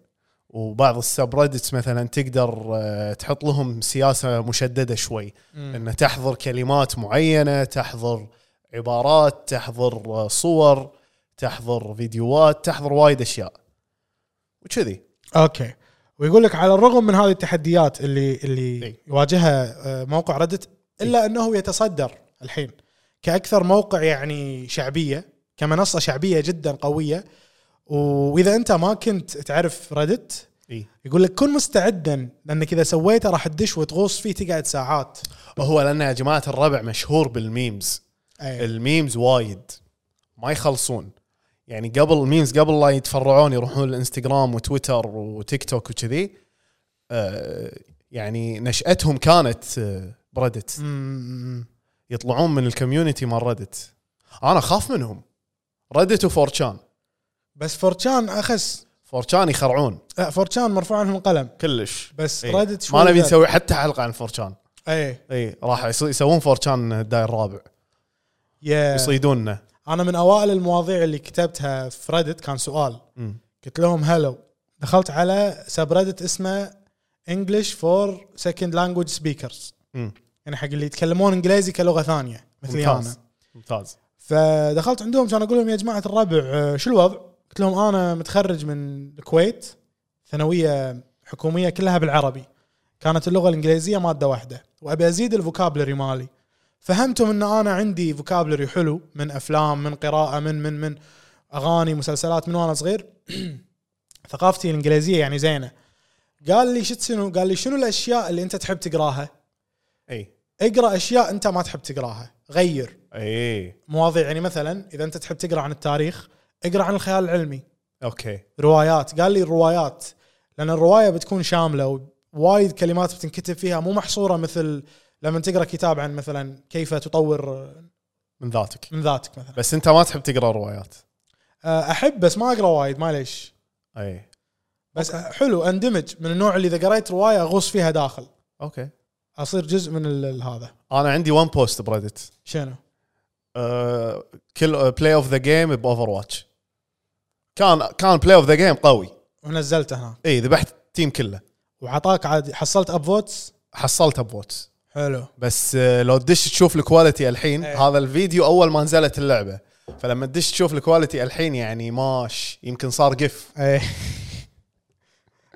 وبعض السب ريدتس مثلا تقدر آه، تحط لهم سياسه مشدده شوي ان تحظر كلمات معينه تحظر عبارات تحظر آه، صور تحظر فيديوهات تحظر وايد اشياء وكذي
اوكي ويقول لك على الرغم من هذه التحديات اللي اللي
إي.
يواجهها آه، موقع ردت الا انه يتصدر الحين كاكثر موقع يعني شعبيه كمنصه شعبيه جدا قويه واذا انت ما كنت تعرف ردت
اي
يقول لك كن مستعدا لانك اذا سويته راح تدش وتغوص فيه تقعد ساعات
هو لان يا جماعه الربع مشهور بالميمز
أي.
الميمز وايد ما يخلصون يعني قبل الميمز قبل لا يتفرعون يروحون الانستغرام وتويتر وتيك توك وكذي آه، يعني نشأتهم كانت آه، بردت
أمم.
يطلعون من الكوميونتي مال ردت انا اخاف منهم ردت وفورتشان
بس فورتشان اخس
فورتشان يخرعون
لا فورتشان مرفوع عنهم القلم
كلش
بس إيه.
إي.
ردت شوي
إيه. ما نبي
زاد.
نسوي حتى حلقه عن فورتشان
اي
اي راح يس- يسوون فورتشان الداير الرابع
يا
يصيدوننا
انا من اوائل المواضيع اللي كتبتها في ريدت كان سؤال
مم.
قلت لهم هلو دخلت على سبريدت اسمه انجلش فور سكند لانجوج سبيكرز
مم.
يعني حق اللي يتكلمون انجليزي كلغه ثانيه مثلي انا
ممتاز ممتاز
فدخلت عندهم كان اقول لهم يا جماعه الربع آه، شو الوضع؟ قلت لهم انا متخرج من الكويت ثانويه حكوميه كلها بالعربي كانت اللغه الانجليزيه ماده واحده وابي ازيد الفوكابلري مالي فهمتهم ان انا عندي فوكابلري حلو من افلام من قراءه من من من اغاني مسلسلات من وانا صغير ثقافتي الانجليزيه يعني زينه قال لي شو شنو قال لي شنو الاشياء اللي انت تحب تقراها
اي
اقرا اشياء انت ما تحب تقراها غير
اي
مواضيع يعني مثلا اذا انت تحب تقرا عن التاريخ اقرا عن الخيال العلمي
اوكي
روايات قال لي الروايات لان الروايه بتكون شامله ووايد كلمات بتنكتب فيها مو محصوره مثل لما تقرا كتاب عن مثلا كيف تطور
من ذاتك
من ذاتك مثلا
بس انت ما تحب تقرا روايات
أه، احب بس ما اقرا وايد معليش
اي
بس حلو اندمج من النوع اللي اذا قريت روايه اغوص فيها داخل
اوكي
اصير جزء من ال- ال- هذا
انا عندي ون بوست بريدت
شنو
أه كل بلاي اوف ذا جيم باوفر واتش كان كان بلاي اوف ذا جيم قوي
ونزلته هنا
اي ذبحت التيم كله
وعطاك عادي حصلت اب فوتس
حصلت ابوت
حلو
بس آه، لو تدش تشوف الكواليتي الحين
إيه.
هذا الفيديو اول ما نزلت اللعبه فلما تدش تشوف الكواليتي الحين يعني ماش يمكن صار جف
ايه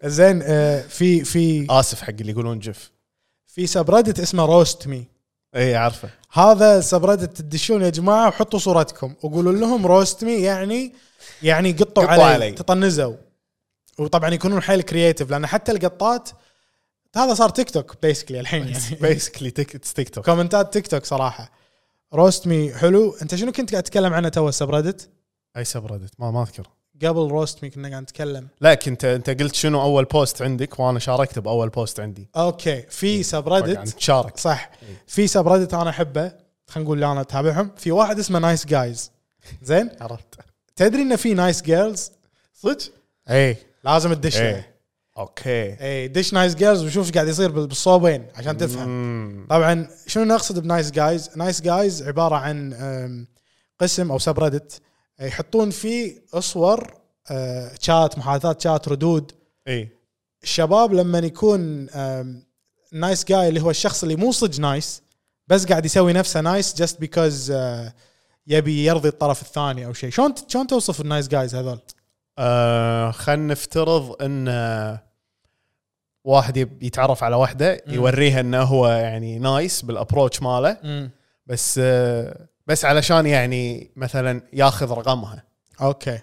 زين آه، في في
اسف حق اللي يقولون جف
في سبريدت اسمه روست مي
اي عارفه
هذا سبريدت تدشون يا جماعه وحطوا صورتكم وقولوا لهم روست مي يعني يعني قطوا
قطوا
علي,
علي.
تطنزوا وطبعا يكونون حيل كرييتيف لان حتى القطات هذا صار تيك توك بيسكلي الحين يعني
بيسكلي تيك توك
كومنتات تيك توك صراحه روست مي حلو انت شنو كنت قاعد تتكلم عنه تو سبريدت
اي سبريدت ما ما اذكر
قبل روست مي كنا قاعد نتكلم
لك انت انت قلت شنو اول بوست عندك وانا شاركت باول بوست عندي
اوكي
إيه،
في
عن
سبريدت
تشارك
يعني صح في سبريدت انا احبه خلينا نقول اللي انا اتابعهم في واحد اسمه نايس جايز زين
عرفت
تدري ان في نايس جيرلز
صدق؟
اي لازم تدش إيه،
ايه
ايه
اوكي
دش نايس جيرلز وشوف ايش قاعد يصير بال- بالصوبين عشان تفهم
مم.
طبعا شنو نقصد بنايس جايز نايس جايز عباره عن أم، قسم او سبريدت يحطون فيه اصور أه، شات محادثات شات ردود
اي
الشباب لما يكون نايس جاي اللي هو الشخص اللي مو صج نايس بس قاعد يسوي نفسه نايس جاست بيكوز آه، يبي يرضي الطرف الثاني او شيء شلون شلون توصف النايس جايز هذول
آه خلينا نفترض ان آه، واحد يب- يتعرف على واحده يوريها انه هو يعني نايس بالابروتش ماله بس آه بس علشان يعني مثلا ياخذ رقمها
اوكي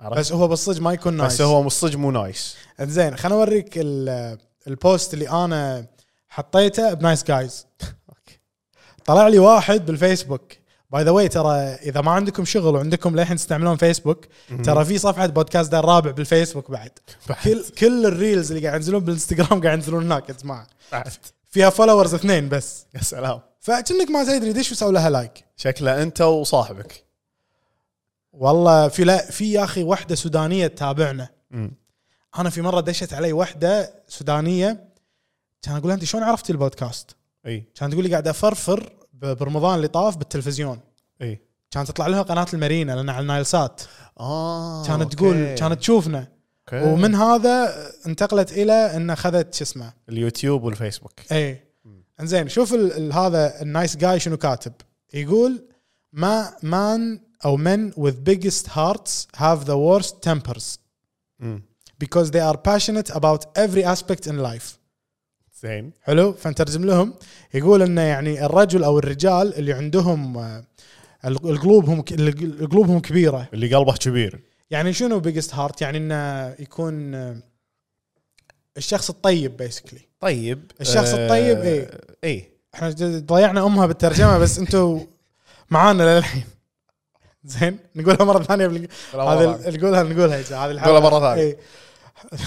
عرفت؟
بس هو بالصج ما يكون نايس
بس هو مو صج مو نايس
زين خليني اوريك ال- البوست اللي انا حطيته بنايس جايز طلع لي واحد بالفيسبوك باي ذا واي ترى اذا ما عندكم شغل وعندكم للحين تستعملون فيسبوك ترى في صفحه بودكاست دا الرابع بالفيسبوك بعد كل كل الريلز اللي قاعد ينزلون بالانستغرام قاعد ينزلون هناك يا جماعه
بعد
فيها فولورز اثنين بس
يا سلام
فكأنك ما تدري دش وسوي لها لايك
شكله انت وصاحبك
والله في لا في يا اخي واحده سودانيه تتابعنا
مم.
انا في مره دشت علي واحده سودانيه كان اقول لها انت شلون عرفتي البودكاست؟
اي
كانت تقول لي قاعد افرفر ب- برمضان اللي طاف بالتلفزيون
اي
كانت تطلع لها قناه المارينا لان على النايلسات
اه
كانت
أوكي. إيه.
تقول كانت تشوفنا
أوكي.
ومن هذا انتقلت الى ان اخذت شو اسمه
اليوتيوب والفيسبوك
اي انزين شوف ال ال هذا النايس جاي شنو كاتب يقول ما مان او men with biggest hearts have the worst tempers
مم.
because they are passionate about every aspect in life
زين
حلو فنترجم لهم يقول انه يعني الرجل او الرجال اللي عندهم آه، الق- القلوبهم ك- الق- قلوبهم كبيره
اللي قلبه كبير
يعني شنو بيجست هارت يعني انه يكون آه، الشخص الطيب بيسكلي
طيب إيه.
الشخص الطيب، إيه. إي.
اي
احنا ج- ضيعنا امها بالترجمه بس انتوا معانا للحين زين نقولها مره ثانيه بالإنج-
قولها مرة
هذه ال- نقولها نقولها يا جماعة، هذه الحلقه
قولها مرة ثانية.
إي.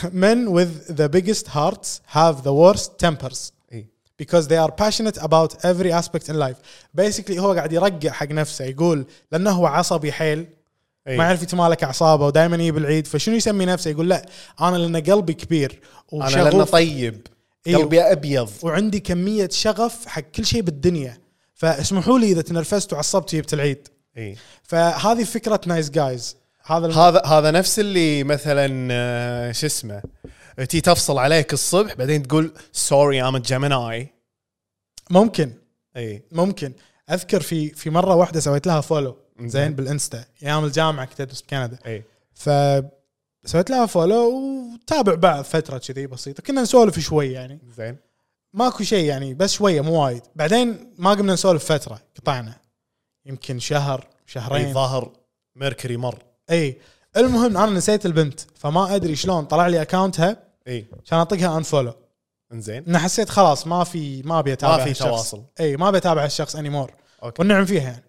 Men with the biggest hearts have the worst tempers
اي
because they are passionate about every aspect in life basically هو قاعد يرقع حق نفسه يقول لانه هو عصبي حيل
إي.
ما يعرف يتمالك اعصابه ودائما يجيب العيد فشنو يسمي نفسه يقول لا انا لان قلبي كبير
انا لانه
وشغوف
طيب
إي.
قلبي ابيض
وعندي كميه شغف حق كل شيء بالدنيا فاسمحوا لي اذا تنرفزت وعصبت جبت العيد
اي
فهذه فكره نايس جايز هذا الم...
هذا هذا نفس اللي مثلا آه، شو اسمه تي تفصل عليك الصبح بعدين تقول سوري ام جيميناي
ممكن
اي
ممكن اذكر في في مره واحده سويت لها فولو زين
زين.
بالانستا ايام الجامعه كنت ادرس بكندا
اي
ف سويت لها فولو وتابع بعض فتره كذي بسيطه كنا نسولف شوي يعني
زين
ماكو شيء يعني بس شويه مو وايد بعدين ما قمنا نسولف فتره قطعنا يمكن شهر
اي
شهرين
طيب، ظاهر ميركوري مر
اي المهم انا نسيت البنت فما ادري شلون طلع لي اكاونتها
اي
عشان اطقها ان فولو
انزين
انا حسيت خلاص ما في ما ابي اتابع
ما في
هالشخص.
تواصل.
اي ما ابي اتابع الشخص اني مور
اوكي
والنعم فيها يعني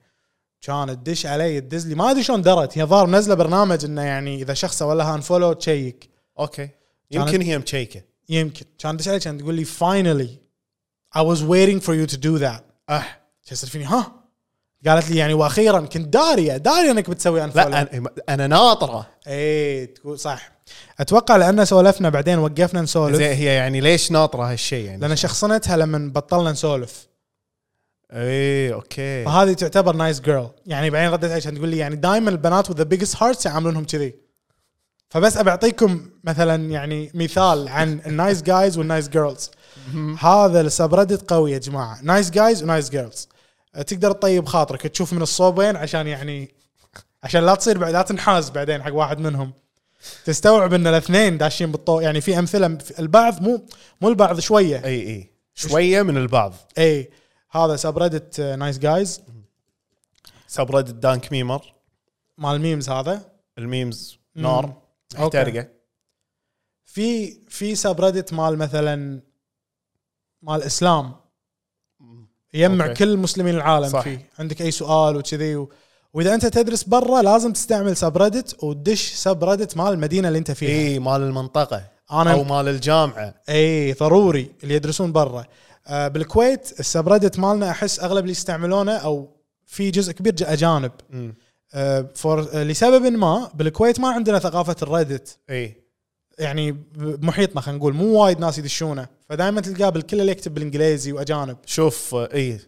كانت تدش علي تدز لي ما ادري شلون درت هي ظاهر منزله برنامج انه يعني اذا شخص سوى لها ان فولو تشيك
اوكي يمكن هي مشيكه
يمكن كان تدش علي كانت تقول لي فاينلي I was waiting for you to do that
أح.
شو يصير فيني ها قالت لي يعني واخيرا كنت داريه داريه انك بتسوي ان
لا
فولو
انا انا ناطره
اي تقول إيه، صح اتوقع لان سولفنا بعدين وقفنا
زين
نسولف
هي يعني ليش ناطره هالشيء يعني
لان شخصنتها لما بطلنا نسولف
اي اوكي
فهذه تعتبر نايس جيرل يعني بعدين ردت علي كانت تقول لي يعني دائما البنات وذا بيجست هارتس يعاملونهم كذي فبس ابي اعطيكم مثلا يعني مثال عن النايس جايز والنايس جيرلز هذا السبريدت قوي يا جماعه نايس جايز ونايس جيرلز تقدر تطيب خاطرك تشوف من الصوبين عشان يعني عشان لا تصير بعد لا تنحاز بعدين حق واحد منهم تستوعب ان الاثنين داشين بالطو يعني في امثله البعض مو مو البعض شويه
اي اي شويه إيه، من البعض
اي هذا آه، سبريدت نايس جايز
سبرد الدانك ميمر
مال الميمز هذا
الميمز نار
أوكي.
محترقه
في في سبريدت مال مثلا مال اسلام يجمع
أوكي.
كل مسلمين العالم
صح.
فيه عندك اي سؤال وكذي و... واذا انت تدرس برا لازم تستعمل سبريدت وتدش سبريدت مال المدينه اللي انت فيها
اي مال المنطقه
أنا-
او مال الجامعه
اي ضروري اللي يدرسون برا آه بالكويت السبريدت مالنا احس اغلب اللي يستعملونه او في جزء كبير جا- اجانب آه فور آه لسبب ما بالكويت ما عندنا ثقافه الريدت
اي
يعني بمحيطنا خلينا نقول مو وايد ناس يدشونه فدائما تلقاه بالكل اللي يكتب بالانجليزي واجانب
شوف آه، اي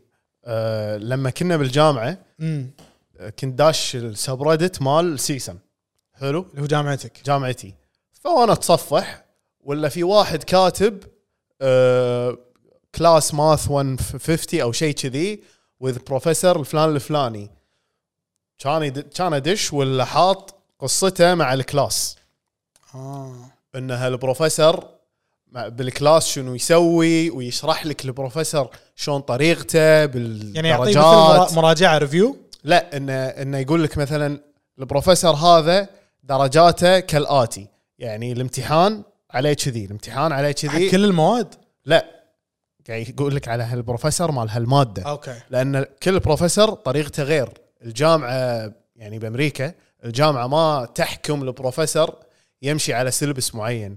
آه لما كنا بالجامعه
امم
آه، كنت داش السبريدت مال سيسم حلو
اللي هو جامعتك
جامعتي فانا اتصفح ولا في واحد كاتب آه كلاس ماث 150 او شيء كذي وذ بروفيسور الفلان الفلاني كان يد- كان ادش ولا حاط قصته مع الكلاس
اه
ان هالبروفيسور مع- بالكلاس شنو يسوي ويشرح لك البروفيسور شلون طريقته بالدرجات
يعني يعطيك مثل مرا- مراجعه ريفيو
لا انه انه يقول لك مثلا البروفيسور هذا درجاته كالاتي يعني الامتحان عليه كذي الامتحان عليه
حق
كذي
كل المواد
لا قاعد يقول لك على هالبروفيسور مال هالماده
اوكي
لان كل بروفيسور طريقته غير الجامعه يعني بامريكا الجامعه ما تحكم البروفيسور يمشي على سيلبس معين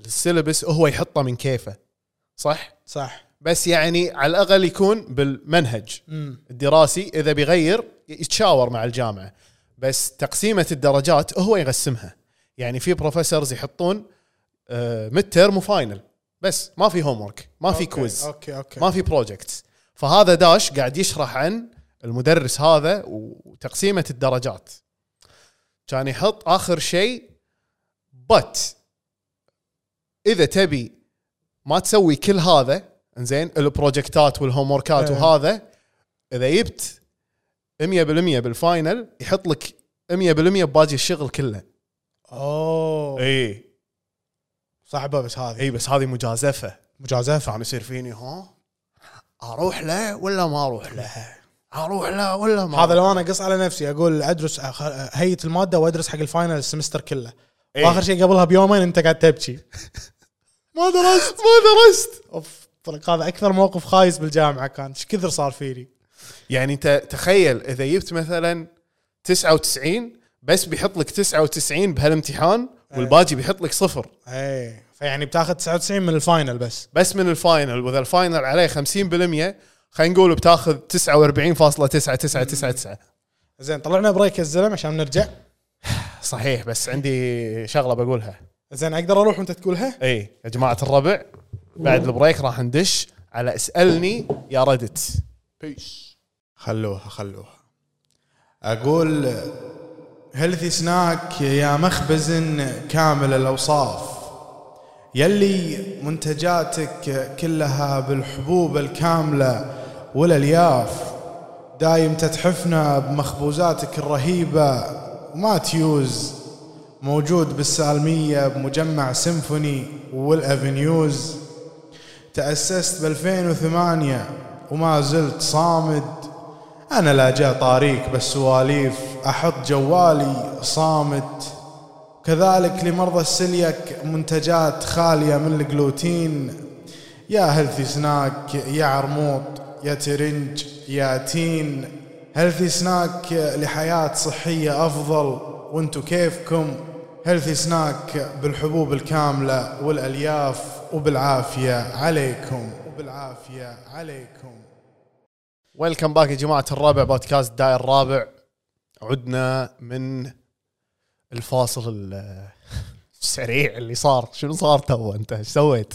السيلبس هو يحطه من كيفه صح
صح
بس يعني على الاقل يكون بالمنهج
امم
الدراسي اذا بيغير يتشاور مع الجامعه بس تقسيمه الدرجات هو يقسمها يعني في بروفيسورز يحطون ميد تيرم وفاينل بس ما في هوم ورك ما في كويز
اوكي اوكي
ما في بروجكتس فهذا داش قاعد يشرح عن المدرس هذا وتقسيمه الدرجات كان يحط اخر شيء بت اذا تبي ما تسوي كل هذا انزين البروجكتات والهوموركات
إيه.
وهذا اذا جبت 100% بالفاينل يحط لك 100% باقي الشغل كله
اوه
اي
صعبه إيه. بس هذه
اي إيه، بس هذه مجازفه
مجازفه
فعم يصير فيني ها اروح له ولا ما اروح له؟ اروح له ولا ما
هذا لو انا قص على نفسي اقول ادرس أخ- هيئه الماده وادرس حق الفاينل السمستر كله
إيه.
واخر شيء قبلها بيومين انت قاعد تبكي
ما درست ما درست
اوف طلق هذا اكثر موقف خايس بالجامعه كان ايش كثر صار فيني
يعني انت تخيل اذا جبت مثلا 99 بس بيحط لك 99 بهالامتحان والباقي بيحط لك صفر
اي إيه. فيعني بتاخذ 99 من الفاينل بس
بس من الفاينل واذا الفاينل عليه 50% خلينا نقول بتاخذ 49.9999
زين طلعنا بريك يا الزلم عشان نرجع
صحيح بس عندي شغله بقولها
زين اقدر اروح وانت تقولها
اي يا جماعه الربع بعد البريك راح ندش على اسالني يا ردت
خلوها خلوها اقول هيلثي سناك يا مخبز كامل الاوصاف يلي منتجاتك كلها بالحبوب الكامله والالياف دايم تتحفنا بمخبوزاتك الرهيبه وما تيوز موجود بالسالميه بمجمع سيمفوني والافنيوز تأسست ب 2008 وما زلت صامد أنا لا جا طاريك بالسواليف أحط جوالي صامت كذلك لمرضى السليك منتجات خالية من الجلوتين يا هيلثي سناك يا عرموط يا ترنج يا تين هيلثي سناك لحياة صحية أفضل وانتو كيفكم هيلثي سناك بالحبوب الكاملة والألياف وبالعافية عليكم وبالعافية عليكم
ويلكم باك يا جماعة الرابع بودكاست داير الرابع عدنا من الفاصل ال- السريع اللي صار شنو صار تو انت ايش سويت؟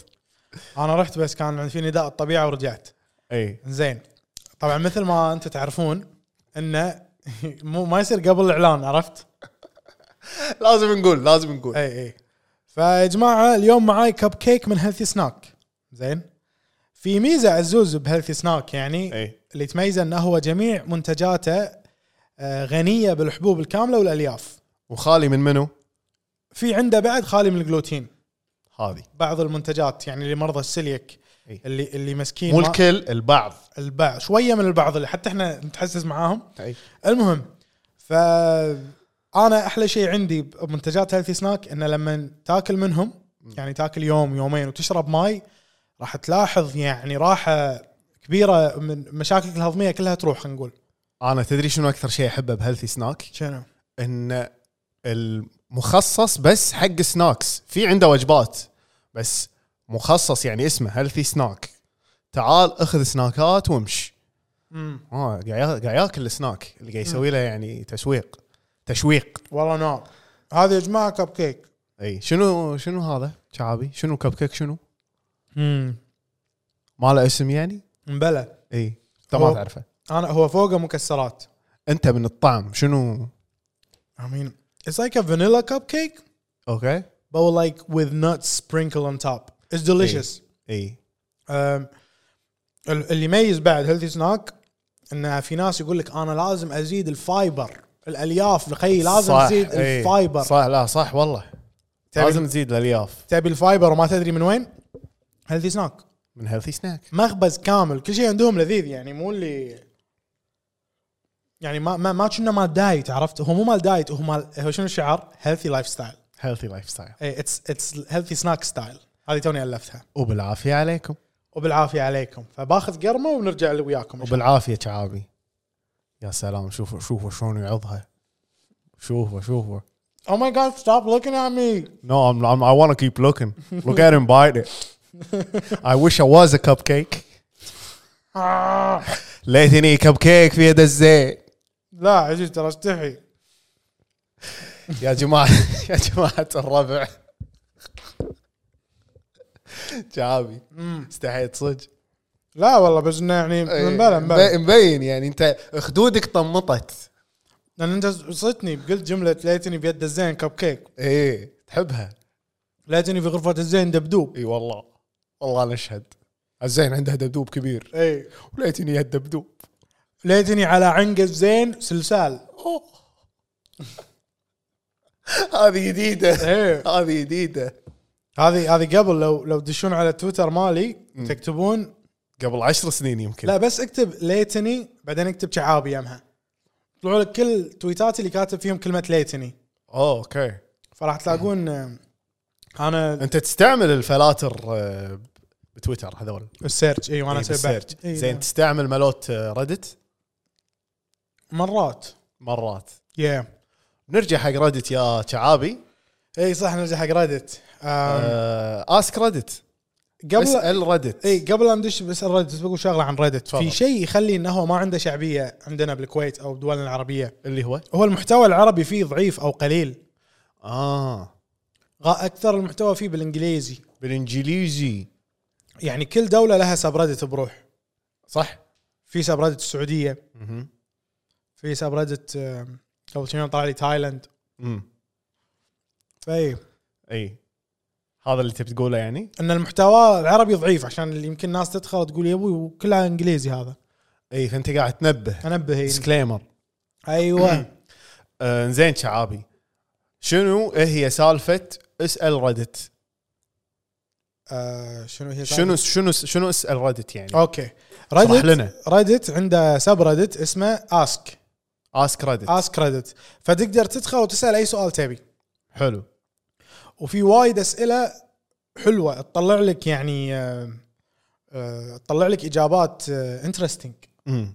أنا رحت بس كان في نداء الطبيعة ورجعت
اي
زين طبعا مثل ما انتم تعرفون انه مو ما يصير قبل الاعلان عرفت؟
لازم نقول لازم نقول
اي اي فيا جماعه اليوم معاي كب كيك من هيلثي سناك زين في ميزه عزوز بهيلثي سناك يعني
اي
اللي تميزه انه هو جميع منتجاته آه، غنيه بالحبوب الكامله والالياف
وخالي من منو؟
في عنده بعد خالي من الجلوتين
هذه
بعض المنتجات يعني لمرضى السليك
إي.
اللي اللي مسكين
مو
ما-
الكل البعض
البعض شويه من البعض اللي حتى احنا نتحسس معاهم
اي
المهم ف انا احلى شيء عندي بمنتجات هيلثي سناك انه لما تاكل منهم يعني تاكل يوم يومين وتشرب ماي راح تلاحظ يعني راحه كبيره من مشاكلك الهضميه كلها تروح خلينا نقول
انا تدري شنو اكثر شيء احبه بهيلثي سناك؟
شنو؟
ان المخصص بس حق سناكس في عنده وجبات بس مخصص يعني اسمه هيلثي سناك تعال اخذ سناكات وامش
امم
اه قاعد يا- قاعد ياكل السناك اللي قاعد يسوي له يعني تسويق تشويق
والله
نعم.
نار هذا يا جماعه كب كيك
اي شنو شنو هذا شعابي شنو كب كيك شنو
امم
ما له اسم يعني
مبلى
اي انت ما
هو-
تعرفه
انا هو فوقه مكسرات
انت من الطعم شنو
امين It's like a vanilla cupcake
اوكي
but like with nuts sprinkled on top. It's delicious.
اي
أم، ال- اللي يميز بعد هيلثي سناك انه في ناس يقول لك انا لازم ازيد الفايبر الالياف لخي لازم
صح،
ازيد
إي.
الفايبر
صح لا صح والله
تبي-
لازم تزيد الالياف
تبي الفايبر وما تدري من وين هيلثي سناك
من هيلثي سناك
مخبز كامل كل شيء عندهم لذيذ يعني مو اللي يعني ما ما ما كنا مال دايت عرفت هو مو مال دايت هو مال هو شنو الشعار هيلثي لايف ستايل إيه،
هيلثي لايف ستايل
اتس اتس هيلثي سناك ستايل هذه توني الفتها
وبالعافيه عليكم
وبالعافيه عليكم فباخذ قرمه ونرجع لي وياكم إن شاء الله.
وبالعافيه شعابي يا سلام شوفوا شوفوا شلون يعضها شوفوا شوفوا
Oh my god, stop looking at me.
No, I'm, I'm, I want to keep looking. Look at him bite it. I wish I was a cupcake. ليتني كبكيك في يد الزين
لا عزيز ترى استحي.
يا جماعة يا جماعة الربع جابي استحيت صدق
لا والله بس انه يعني مبلا مبلا
إيه، مبين يعني انت خدودك طمطت
لان انت صدتني قلت جمله ليتني بيد الزين كب كيك
ايه تحبها
ليتني في غرفه الزين دبدوب
اي والله والله نشهد الزين عندها دبدوب كبير
اي
وليتني يا الدبدوب
إيه. ليتني على عنق الزين سلسال
أوه. هذه جديدة
ايه
هذه جديدة
هذه هذه قبل لو لو تدشون على تويتر مالي تكتبون
قبل عشر سنين يمكن
لا بس اكتب ليتني بعدين اكتب شعابي يمها طلعوا لك كل تويتاتي اللي كاتب فيهم كلمه ليتني
أوه، اوكي
فراح تلاقون آه، انا
انت تستعمل الفلاتر آه، بتويتر هذول
السيرج ايوه انا
إيه،
اسوي
بالسيرج.
بحث. إيه،
زين
لا.
تستعمل ملوت آه، ريدت
مرات
مرات
يا
نرجع حق ريدت يا شعابي
اي صح نرجع حق ريدت
آه، اسك ريدت
قبل
اسال ريدت
اي قبل لا ندش بس ريدت بقول شغله عن ريدت
تفضل.
في شيء يخلي انه هو ما عنده شعبيه عندنا بالكويت او بدولنا العربيه
اللي هو
هو المحتوى العربي فيه ضعيف او قليل
اه
غا- اكثر المحتوى فيه بالانجليزي
بالانجليزي
يعني كل دوله لها سبريدت بروح
صح
في سبريدت السعوديه
مهم.
في سبريدت آم، قبل كم يوم طلع لي تايلاند
مم.
فاي
اي هذا اللي تبي تقوله يعني
ان المحتوى العربي ضعيف عشان اللي يمكن الناس تدخل تقول يا ابوي وكلها انجليزي هذا
اي فانت قاعد تنبه
انبه هي.
ديسكليمر
ايوه
آه، زين شعابي شنو هي سالفه اسال ريدت
آه شنو هي
شنو شنو شنو اسال ريدت يعني
اوكي
اشرح لنا.
ريدت ريدت عنده سب ريدت اسمه اسك
اسك ريدت
اسك ريدت فتقدر تدخل وتسال اي سؤال تبي
حلو
وفي وايد اسئله حلوه تطلع لك يعني آه، آه، تطلع لك آه، اجابات انترستنج
امم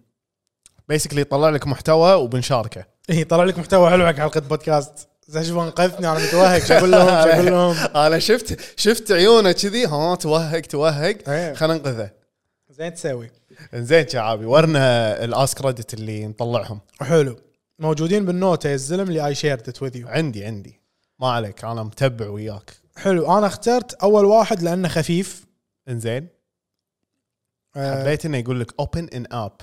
بيسكلي يطلع لك محتوى وبنشاركه
اي إيه، طلع لك محتوى حلو حق حلقه بودكاست زين شوف انقذتني انا متوهق شو اقول لهم شو اقول لهم
انا شفت شفت عيونه كذي ها توهق توهق
إيه.
خلينا ننقذه
زين تسوي
زين شعابي ورنا الاس كريدت اللي نطلعهم
حلو موجودين بالنوتة يا الزلم اللي اي شيرد ات وذ يو
عندي عندي ما عليك انا متبع وياك
حلو انا اخترت اول واحد لانه خفيف
انزين
آه،
حبيت انه يقول لك اوبن ان اب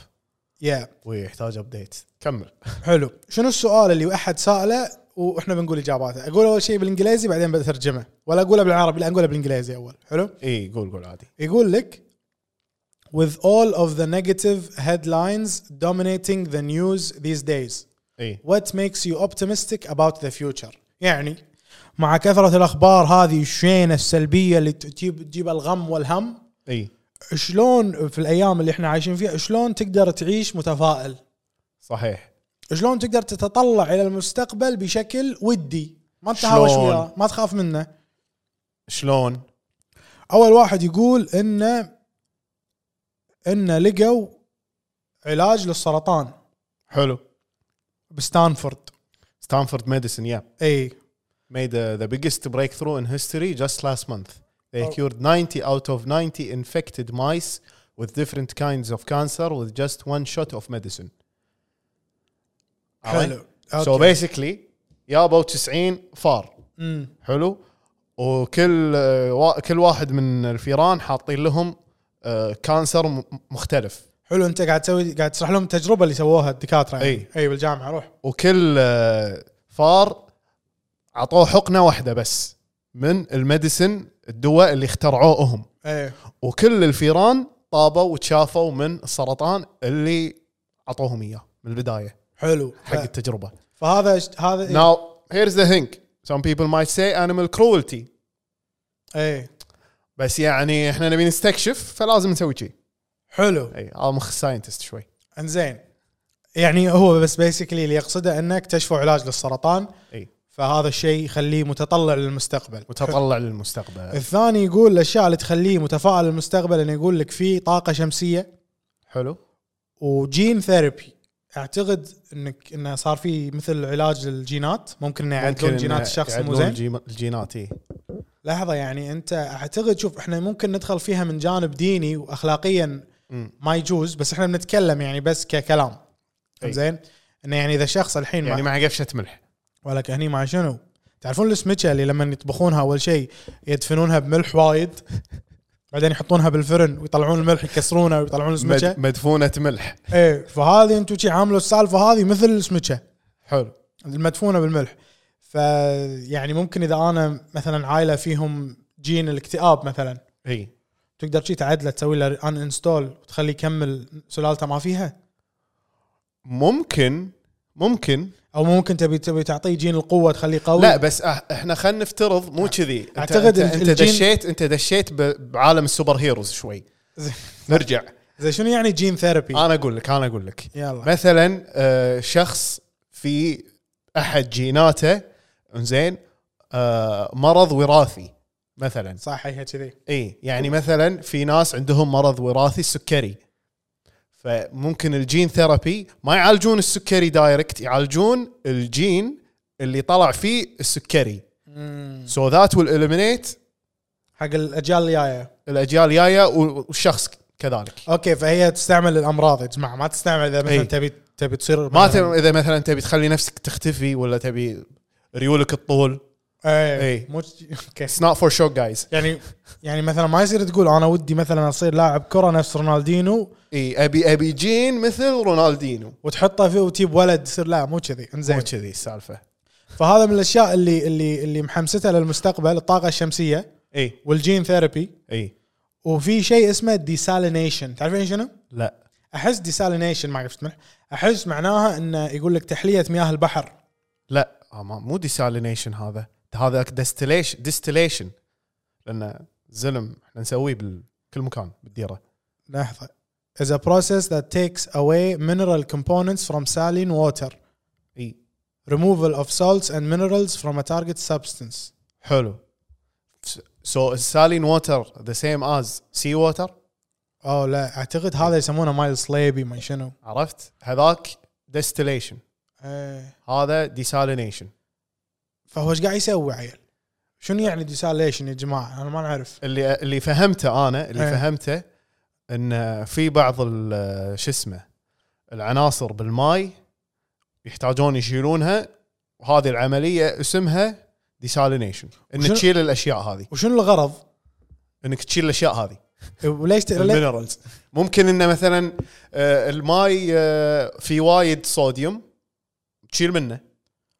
يا
ويحتاج ابديت كمل
حلو شنو السؤال اللي احد ساله واحنا بنقول اجاباته اقول اول شيء بالانجليزي بعدين بترجمه ولا اقوله بالعربي لا اقوله بالانجليزي اول حلو
اي إيه، قول قول عادي
يقول لك with all of the negative headlines dominating the news these days
اي
what makes you optimistic about the future يعني مع كثرة الأخبار هذه الشينة السلبية اللي تجيب تجيب الغم والهم
اي
شلون في الأيام اللي احنا عايشين فيها شلون تقدر تعيش متفائل
صحيح
شلون تقدر تتطلع إلى المستقبل بشكل ودي ما تتهاوش
شلون؟
وياه ما تخاف منه
شلون
اول واحد يقول انه انه لقوا علاج للسرطان
حلو
بستانفورد إيه،
ستانفورد ميديسن يا
اي
made uh, the biggest breakthrough in history just last month. They
Oh.
cured 90 out of 90 infected mice with different kinds of cancer with just one shot of medicine.
حلو
So basically يابوا 90 فار حلو وكل آه، وا- كل واحد من الفيران حاطين لهم آه، كانسر م- مختلف
حلو انت قاعد تسوي قاعد تشرح لهم التجربه اللي سووها الدكاتره يعني.
أي.
اي بالجامعه روح
وكل آه، فار عطوه حقنه واحده بس من الميديسن الدواء اللي اخترعوه هم
اي
وكل الفيران طابوا وتشافوا من السرطان اللي عطوهم اياه من البدايه
حلو
حق
ف-
التجربه.
فهذا ش- هذا
Now here's the thing some people might say animal cruelty
اي
بس يعني احنا نبي نستكشف فلازم نسوي شيء.
حلو
اي انا مخ ساينتست شوي.
انزين يعني هو بس بيسكلي اللي يقصده انه اكتشفوا علاج للسرطان
اي
فهذا الشيء يخليه متطلع للمستقبل
متطلع للمستقبل
الثاني يقول الاشياء اللي تخليه متفائل للمستقبل انه يقول لك في طاقه شمسيه
حلو
وجين ثيرابي اعتقد انك انه صار في مثل علاج للجينات ممكن انه يعدلون
ممكن
جينات
إنه
الشخص مو
يعدلون
زين
الجيما- الجينات اي
لحظه يعني انت اعتقد شوف احنا ممكن ندخل فيها من جانب ديني واخلاقيا
مم.
ما يجوز بس احنا بنتكلم يعني بس ككلام
أي.
زين انه يعني اذا شخص الحين
يعني
يعني
مع قفشه ملح
ولك هني مع شنو؟ تعرفون السمكه اللي لما يطبخونها اول شيء يدفنونها بملح وايد بعدين يحطونها بالفرن ويطلعون الملح يكسرونه ويطلعون السمكه
مد- مدفونه ملح
ايه فهذه انتم شي عاملوا السالفه هذه مثل السمكه
حلو
المدفونه بالملح فيعني ممكن اذا انا مثلا عائله فيهم جين الاكتئاب مثلا
اي
تقدر شي تعدله تسوي له ان انستول وتخليه يكمل سلالته ما فيها
ممكن ممكن
او ممكن تبي تبي تعطيه جين القوه تخليه قوي
لا بس أه احنا خلينا نفترض مو كذي أنت-
أه، أعتقد
انت, انت
الجين-
دشيت انت دشيت ب- بعالم السوبر هيروز شوي
زين.
نرجع
زي شنو يعني جين ثيرابي
انا اقول لك انا اقول لك
يلا
مثلا آه، شخص في احد جيناته زين آه، مرض وراثي مثلا
صح هي كذي
اي يعني مثلا في ناس عندهم مرض وراثي السكري فممكن الجين ثيرابي ما يعالجون السكري دايركت يعالجون الجين اللي طلع فيه السكري سو ذات ويل اليمينيت
حق الاجيال الجايه
الاجيال الجايه والشخص كذلك
اوكي فهي تستعمل الامراض يا جماعه ما تستعمل اذا مثلا
إي.
تبي تبي تصير
ما
مثلاً-
تم اذا مثلا تبي تخلي نفسك تختفي ولا تبي ريولك الطول
اي
إي.
مو اوكي
اتس نوت فور شو جايز
يعني يعني مثلا ما يصير تقول انا ودي مثلا اصير لاعب كره نفس رونالدينو
اي ابي ابي جين مثل رونالدينو
وتحطه فيه وتجيب ولد يصير لا مو كذي
مو
انزين
كذي السالفه
فهذا من الاشياء اللي اللي اللي محمسته للمستقبل الطاقه الشمسيه
اي
والجين ثيرابي
اي
وفي شيء اسمه ديسالينيشن تعرفين شنو؟
لا
احس ديسالينيشن ما عرفت منه احس معناها انه يقول لك تحليه مياه البحر
لا آه، ما- مو ديسالينيشن هذا هذا ديستليشن ديستليشن لان زلم احنا نسويه بكل مكان بالديره
لحظه is a process that takes away mineral components from saline water
اي
removal of salts and minerals from a target substance
حلو سو السالين ووتر ذا سيم از سي ووتر
او لا اعتقد هذا يسمونه مايل سليبي ما شنو
عرفت هذاك ديستليشن
إيه.
هذا ديسالينيشن
فهو ايش قاعد يسوي عيل شنو يعني ديساليشن يا جماعه انا ما نعرف
اللي اللي فهمته انا اللي
إيه.
فهمته ان في بعض ال- شو اسمه العناصر بالماي يحتاجون يشيلونها وهذه العمليه اسمها ديسالينيشن انك
وشنو-
تشيل الاشياء هذه
وشنو الغرض إيه،
انك تشيل الاشياء هذه
وليش ت... ليه-
المينرالز ممكن انه مثلا آه، الماي آه، في وايد صوديوم تشيل منه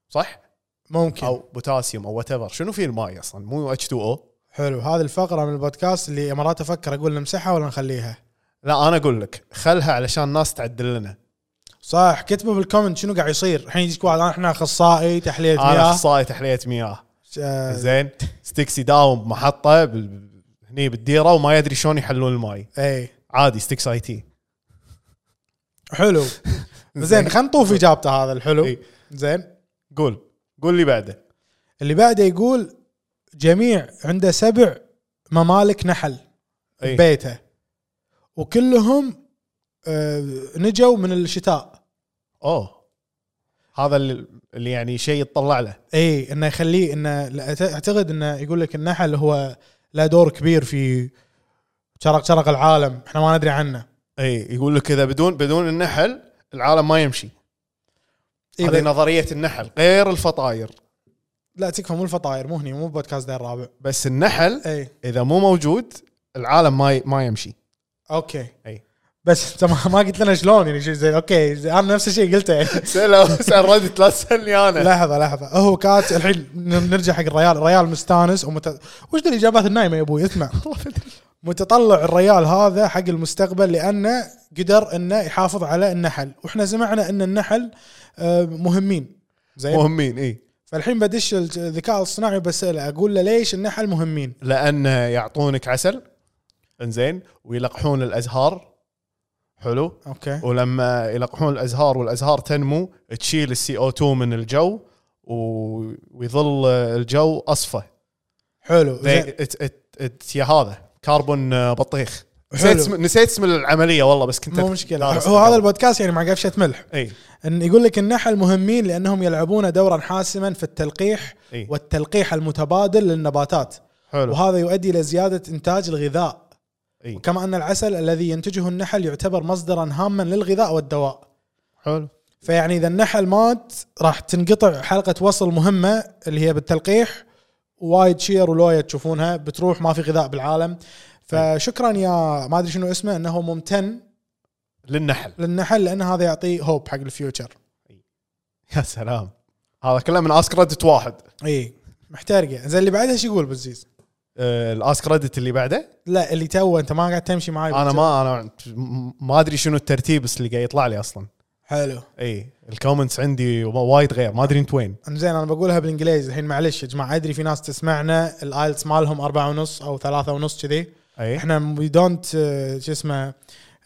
صح
ممكن
او بوتاسيوم او وات شنو في الماي اصلا مو اتش 2 او
حلو هذه الفقره من البودكاست اللي مرات افكر اقول نمسحها ولا نخليها
لا انا اقول لك خلها علشان الناس تعدل لنا
صح كتبوا بالكومنت شنو قاعد يصير الحين يجيك واحد "أنا- احنا اخصائي تحليه
انا
مياه
اخصائي تحليه مياه
آه،
زين ستيكسي داوم بمحطه بال... هني بالديره وما يدري شلون يحلون الماي
اي
عادي ستيكس اي تي
حلو زين خلينا نطوف اجابته هذا الحلو
إي.
زين
قول قول لي بعده
اللي بعده يقول جميع عنده سبع ممالك نحل
إي.
ببيته وكلهم آه، نجوا من الشتاء
اوه هذا اللي اللي يعني شيء يتطلع له
اي انه إيه، يخليه انه لا- أت- اعتقد انه يقول لك النحل هو له دور كبير في شرق شرق العالم احنا ما ندري عنه
اي يقول لك اذا بدون بدون النحل العالم ما يمشي
إي
هذه
إيه، بس-
نظريه النحل غير الفطاير
لا تكفى مو الفطاير مو هني مو بودكاست ذا الرابع إيه،
بس النحل
اي
اذا مو موجود العالم ما ي... ما يمشي
اوكي
إي.
بس انت ما ما قلت لنا شلون يعني شيء زي اوكي زي انا نفس الشيء قلته يعني
سألوا سأل ردت لا تسالني انا
لحظه لحظه هو كات الحين ن- نرجع حق الريال الريال مستانس ومت... وش ذي الاجابات النايمه يا ابوي اسمع متطلع الريال هذا حق المستقبل لانه قدر انه يحافظ على النحل واحنا سمعنا ان النحل آه، مهمين زين
مهمين اي
فالحين بدش الذكاء الصناعي بساله اقول له ليش النحل مهمين
لان يعطونك عسل انزين ويلقحون الازهار حلو
اوكي
ولما يلقحون الازهار والازهار تنمو تشيل السي او 2 من الجو و- ويظل الجو إيه، اصفى
حلو
زي-
زين.
ات- ات- ات- يا هذا كربون آه، بطيخ نسيت
حلو.
اسم نسيت اسم العمليه والله بس كنت إيه،
مو
أت-
مشكله
دارس
هو هذا
الكلام.
البودكاست يعني مع قفشه ملح
اي
ان يقول لك النحل مهمين لانهم يلعبون دورا حاسما في التلقيح
إيه.
والتلقيح المتبادل للنباتات
حلو
وهذا يؤدي الى زياده انتاج الغذاء
إيه.
كما ان العسل الذي ينتجه النحل يعتبر مصدرا هاما للغذاء والدواء
حلو
فيعني اذا النحل مات راح تنقطع حلقه وصل مهمه اللي هي بالتلقيح وايد شير ولويا تشوفونها بتروح ما في غذاء بالعالم فشكرا يا ما ادري شنو اسمه انه ممتن
للنحل
للنحل لان هذا يعطيه هوب حق الفيوتشر
يا سلام هذا كله من اس كريدت واحد
اي محترقه زين اللي بعدها ايش يقول بالزيز؟
آه، الاس كريدت اللي بعده
لا اللي تو انت ما قاعد تمشي معي
انا
بالترتيب.
ما انا ما ادري شنو الترتيب بس اللي قاعد يطلع لي اصلا
حلو
اي الكومنتس عندي وايد غير ما ادري انت وين
زين انا بقولها بالانجليزي الحين معلش يا جماعه ادري في ناس تسمعنا الايلتس مالهم أربعة ونص او ثلاثة ونص كذي
اي
احنا وي دونت شو اسمه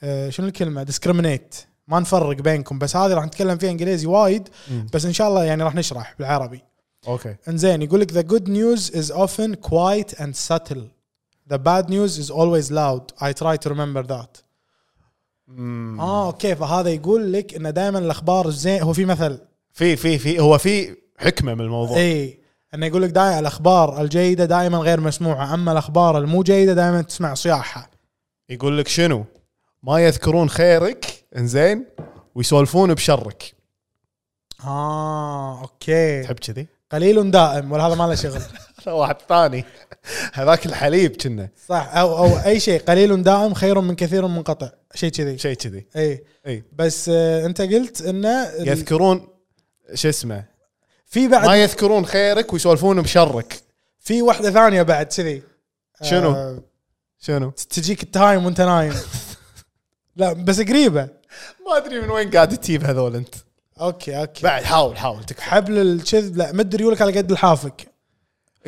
آه، شنو الكلمه ديسكريمينيت ما نفرق بينكم بس هذه راح نتكلم فيها انجليزي وايد بس ان شاء الله يعني راح نشرح بالعربي
اوكي
انزين يقول لك the good news is often quiet and subtle the bad news is always loud I try to remember that اه اوكي فهذا يقول لك ان دائما الاخبار الزين هو في مثل
في في في هو في حكمه من الموضوع
اي انه يقول إيه. لك دائما الاخبار الجيده دائما غير مسموعه اما الاخبار المو جيده دائما تسمع صياحها
يقول لك شنو ما يذكرون خيرك انزين ويسولفون بشرك
اه اوكي
تحب كذي
قليل دائم ولا هذا ما له شغل
هذا واحد ثاني هذاك الحليب كنا
صح او او اي شيء قليل دائم خير من كثير منقطع شيء كذي
شيء كذي
اي
اي
بس آه انت قلت انه ال-
يذكرون شو اسمه
في بعد
ما يذكرون خيرك ويسولفون بشرك
في واحده ثانيه بعد كذي
شنو؟
آه
شنو
تجيك التايم وانت نايم لا بس قريبه
ما ادري من وين قاعد تجيب هذول انت
اوكي اوكي
بعد حاول حاول تكفى
حبل الكذب لا مد ريولك على قد الحافك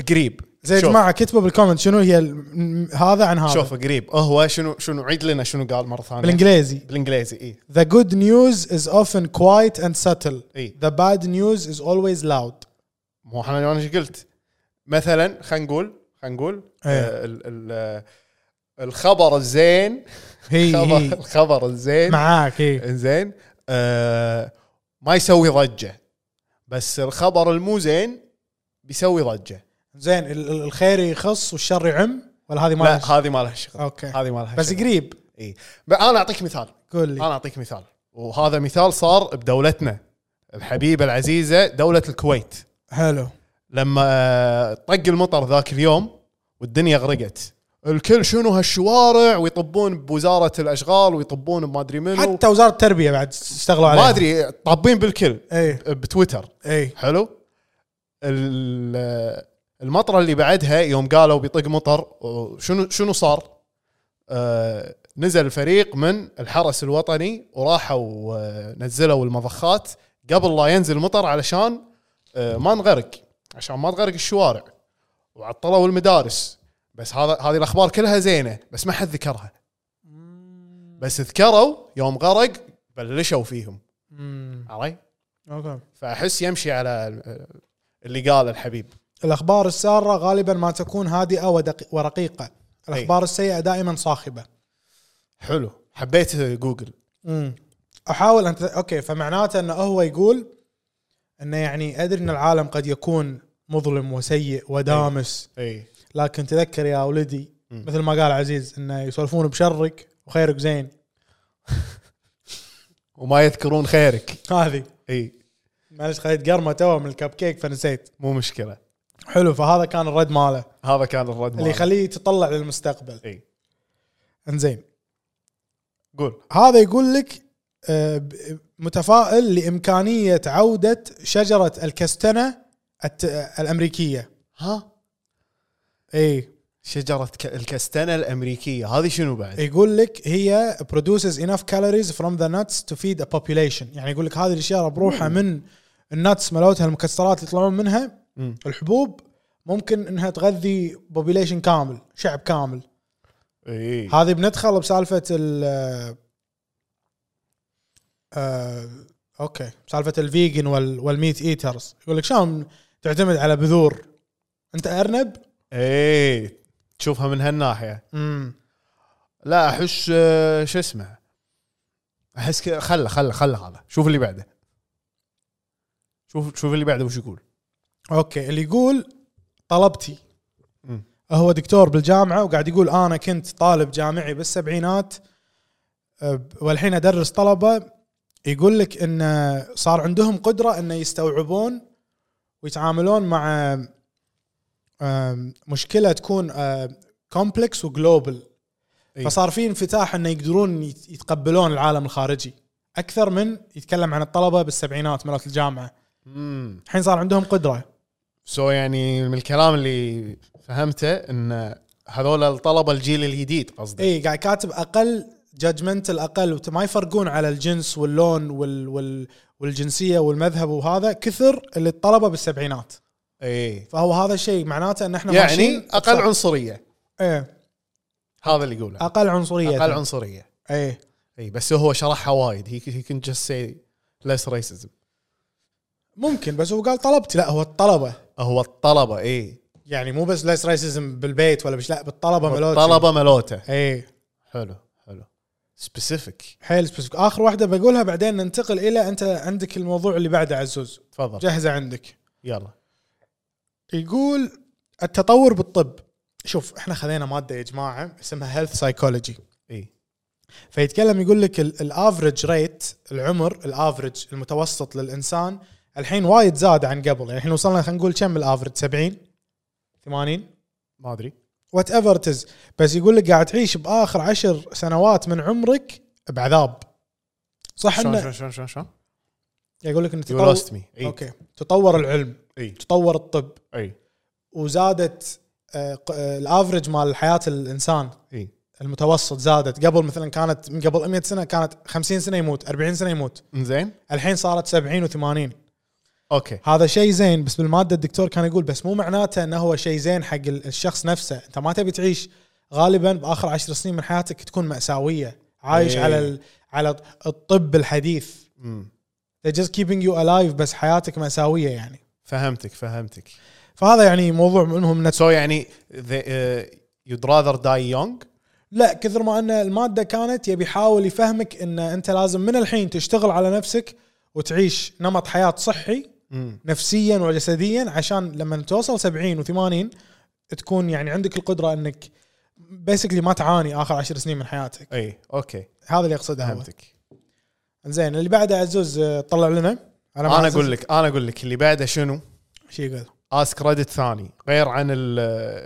قريب
زي يا
شوف.
جماعه كتبوا بالكومنت شنو هي ال- هذا عن هذا
شوف قريب هو شنو شنو عيد لنا شنو قال مره ثانيه
بالانجليزي
بالانجليزي اي
The good news is often quiet and subtle.
إي.
The bad news is always loud.
مو احنا انا ايش قلت؟ مثلا خلينا نقول خلينا نقول
إيه.
آه، ال- ال- آه، الخبر الزين
هي
خبر-
هي
الخبر الزين
معاك هي
زين آه، ما يسوي ضجه بس الخبر المو زين بيسوي ضجه
زين ال- ال- الخير يخص والشر يعم ولا هذه ما
لا
لها شغل؟
هذه ما لها شغل
اوكي.
هذه ما لها
بس
شغل.
قريب
اي ب- انا اعطيك مثال
قول لي
انا اعطيك مثال وهذا مثال صار بدولتنا الحبيبه العزيزه دوله الكويت
حلو
لما آه، طق المطر ذاك اليوم والدنيا غرقت الكل شنو هالشوارع ويطبون بوزاره الاشغال ويطبون بما ادري منو
حتى وزاره التربيه بعد اشتغلوا عليها
ما ادري طابين بالكل آه،
اي
بتويتر
اي
حلو ال- المطره اللي بعدها يوم قالوا بيطق مطر شنو شنو صار؟ آه نزل فريق من الحرس الوطني وراحوا آه، نزلوا المضخات قبل لا ينزل مطر علشان آه ما نغرق عشان ما تغرق الشوارع وعطلوا المدارس بس هذا هذه الاخبار كلها زينه بس ما حد ذكرها بس ذكروا يوم غرق بلشوا فيهم
مم.
علي؟
اوكي
فاحس يمشي على اللي قال الحبيب
الاخبار الساره غالبا ما تكون هادئه ودقي- ورقيقه الاخبار السيئه دائما صاخبه
حلو حبيت جوجل
مم. احاول ان اوكي فمعناته انه هو يقول انه يعني ادري ان العالم قد يكون مظلم وسيء ودامس
اي
لكن تذكر يا ولدي مثل ما قال عزيز انه يسولفون بشرك وخيرك زين
وما يذكرون خيرك
هذه
اي
معلش خليت قرمه تو من الكب كيك فنسيت
مو مشكله
حلو فهذا كان الرد ماله
هذا كان الرد
اللي
ماله.
يخليه يتطلع للمستقبل
اي
انزين
قول
هذا يقول لك آه، ب- متفائل لامكانيه عوده شجره الكستنه الت- الامريكيه
ها
اي
شجره ك- الكستنه الامريكيه هذه شنو بعد؟
يقول لك هي produces enough calories from the nuts to feed a population يعني يقول لك هذه الاشياء بروحها من النتس مالتها المكسرات اللي يطلعون منها
مم.
الحبوب ممكن انها تغذي population كامل شعب كامل
اي
هذه بندخل بسالفه ال آه، اوكي سالفه الفيجن وال... والميت ايترز يقول لك شلون تعتمد على بذور انت ارنب
ايه تشوفها من هالناحيه
امم
لا احس آه، شو اسمه احس كذا خله خله خله هذا شوف اللي بعده شوف شوف اللي بعده وش يقول
اوكي اللي يقول طلبتي
مم.
هو دكتور بالجامعه وقاعد يقول انا كنت طالب جامعي بالسبعينات أه، والحين ادرس طلبه يقول لك ان صار عندهم قدره انه يستوعبون ويتعاملون مع أم، مشكله تكون أه، كومبلكس وجلوبال
إي.
فصار في انفتاح انه يقدرون يت- يتقبلون العالم الخارجي اكثر من يتكلم عن الطلبه بالسبعينات مرات الجامعه
امم
الحين صار عندهم قدره
سو يعني من الكلام اللي فهمته ان هذول الطلبه الجيل الجديد قصدي
اي إيه، قاعد كاتب اقل جادجمنت الاقل وت- ما يفرقون على الجنس واللون وال وال والجنسيه والمذهب وهذا كثر اللي الطلبه بالسبعينات
اي
فهو هذا الشيء معناته ان احنا
إيه. يعني
ماشيين-
اقل عنصريه
ايه
هذا اللي يقوله
اقل عنصريه
اقل عنصريه
ايه
اي بس هو شرحها وايد هي كنت جاست سي ليس ريسزم
ممكن بس هو قال طلبتي لا هو الطلبه
هو إيه. الطلبه اي
يعني مو بس ليس ريسيزم بالبيت ولا مش لا بالطلبه ملوتي
الطلبه ملوته
ايه
حلو حلو سبيسيفيك
حيل سبيسيفيك اخر واحده بقولها بعدين ننتقل الى انت عندك الموضوع اللي بعده عزوز
تفضل
جاهزه عندك
يلا
يقول التطور بالطب شوف احنا خذينا ماده يا جماعه اسمها هيلث سايكولوجي
اي
فيتكلم يقول لك الافرج ريت العمر الافرج المتوسط للانسان الحين وايد زاد عن قبل يعني الحين وصلنا خلينا نقول كم الافرج 70 80
ما ادري
وات ايفر تز بس يقول لك قاعد تعيش باخر عشر سنوات من عمرك بعذاب صح
شلون
انه
شلون شلون شلون
يقول لك ان
يو
تطور
لوست مي اي
اوكي تطور العلم
اي
تطور الطب
اي
وزادت آه، ق- آه، الافرج مال حياه الانسان
اي
المتوسط زادت قبل مثلا كانت من قبل 100 سنه كانت 50 سنه يموت 40 سنه يموت
زين
الحين صارت 70 و80
اوكي
هذا شيء زين بس بالماده الدكتور كان يقول بس مو معناته انه هو شيء زين حق ال- الشخص نفسه انت ما تبي تعيش غالبا باخر عشر سنين من حياتك تكون ماساويه عايش
إيه.
على ال... على الطب الحديث
أمم.
They're just keeping you alive بس حياتك ماساويه يعني
فهمتك فهمتك
فهذا يعني موضوع منهم
سو يعني يود راذر داي يونغ
لا كثر ما ان الماده كانت يبي يحاول يفهمك ان انت لازم من الحين تشتغل على نفسك وتعيش نمط حياه صحي نفسيا وجسديا عشان لما توصل 70 و80 تكون يعني عندك القدره انك بيسكلي ما تعاني اخر عشر سنين من حياتك
اي اوكي
هذا اللي يقصده هو
إيه، فهمتك
زين اللي بعده عزوز آه، طلع لنا ما
انا
أعزز-
اقول لك انا اقول لك اللي بعده شنو؟
شي يقول
اس كريدت ثاني غير عن ال-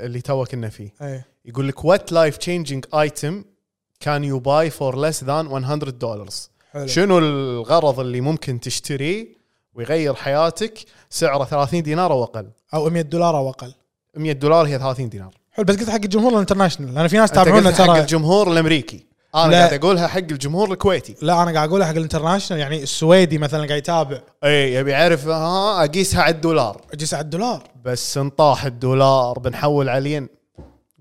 اللي تو كنا فيه
اي
يقول لك وات لايف تشينجينج ايتم كان يو باي فور ليس ذان 100 دولار
حلو
شنو الغرض اللي ممكن تشتريه ويغير حياتك سعره 30 دينار او اقل
او 100 دولار او اقل
100 دولار هي 30 دينار
حلو بس قلت حق الجمهور الانترناشونال لان في ناس
أنت
تابعونا
قلت حق
ترى
الجمهور الامريكي انا
لا.
قاعد اقولها حق الجمهور الكويتي
لا انا قاعد اقولها حق الانترناشونال يعني السويدي مثلا قاعد يتابع
اي إيه، يبي يعرف ها اقيسها على الدولار
اجي 7 دولار
بس انطاح الدولار بنحول عليين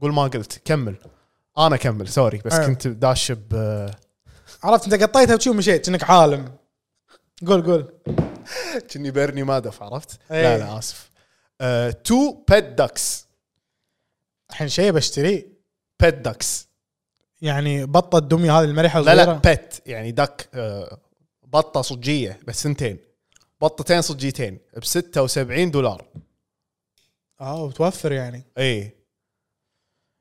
قول ما قلت كمل انا كمل سوري بس
أيوة.
كنت داش ب
عرفت انت قطيتها وشي ومشيت كأنك عالم قول قول
كني بيرني مادف عرفت؟
أي.
لا لا اسف تو بيت داكس
الحين شيء بشتريه
بيت داكس
يعني بطه الدميه هذه المرحه
لا
الصغيره
لا بيت يعني دك آه، بطه صجيه بس سنتين بطتين صجيتين ب 76 دولار
اه وتوفر يعني
اي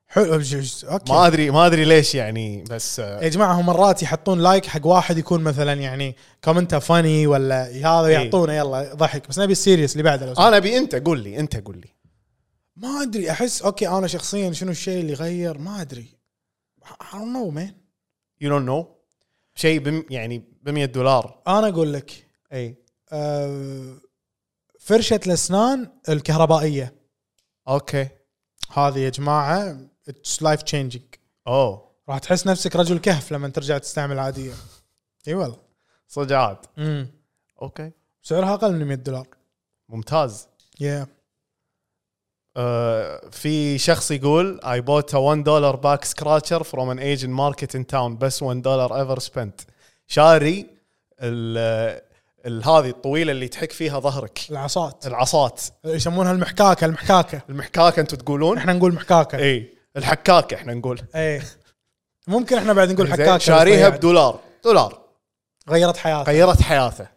حلو ج- ج- اوكي
ما ادري ما ادري ليش يعني بس آه،
يا جماعه هم مرات يحطون لايك حق واحد يكون مثلا يعني كومنته فاني ولا هذا
إيه.
يعطونه يلا ضحك بس نبي السيريس اللي بعده لو سمحت.
انا ابي انت قول لي انت قول لي
ما ادري احس اوكي انا شخصيا شنو الشيء اللي غير ما ادري I don't know man
يو دونت نو شيء بم يعني ب 100 دولار
انا اقول لك
اي
آه، فرشه الاسنان الكهربائيه
اوكي
هذه يا جماعه اتس لايف تشينجينج
اوه
راح تحس نفسك رجل كهف لما ترجع تستعمل عاديه اي والله
صدق عاد
امم
اوكي
سعرها اقل من 100 دولار
ممتاز
يا yeah.
آه، في شخص يقول I bought a 1 dollar back scratcher from an Asian market in town بس 1 dollar ever spent شاري ال- ال- هذه الطويله اللي تحك فيها ظهرك
العصات
العصات
يسمونها المحكاكه المحكاكه
المحكاكه انتم تقولون
احنا نقول محكاكه
اي الحكاكه احنا نقول
اي ممكن احنا بعد نقول
زين،
حكاكه
شاريها
يعني.
بدولار دولار
غيرت حياتي
غيرت حياته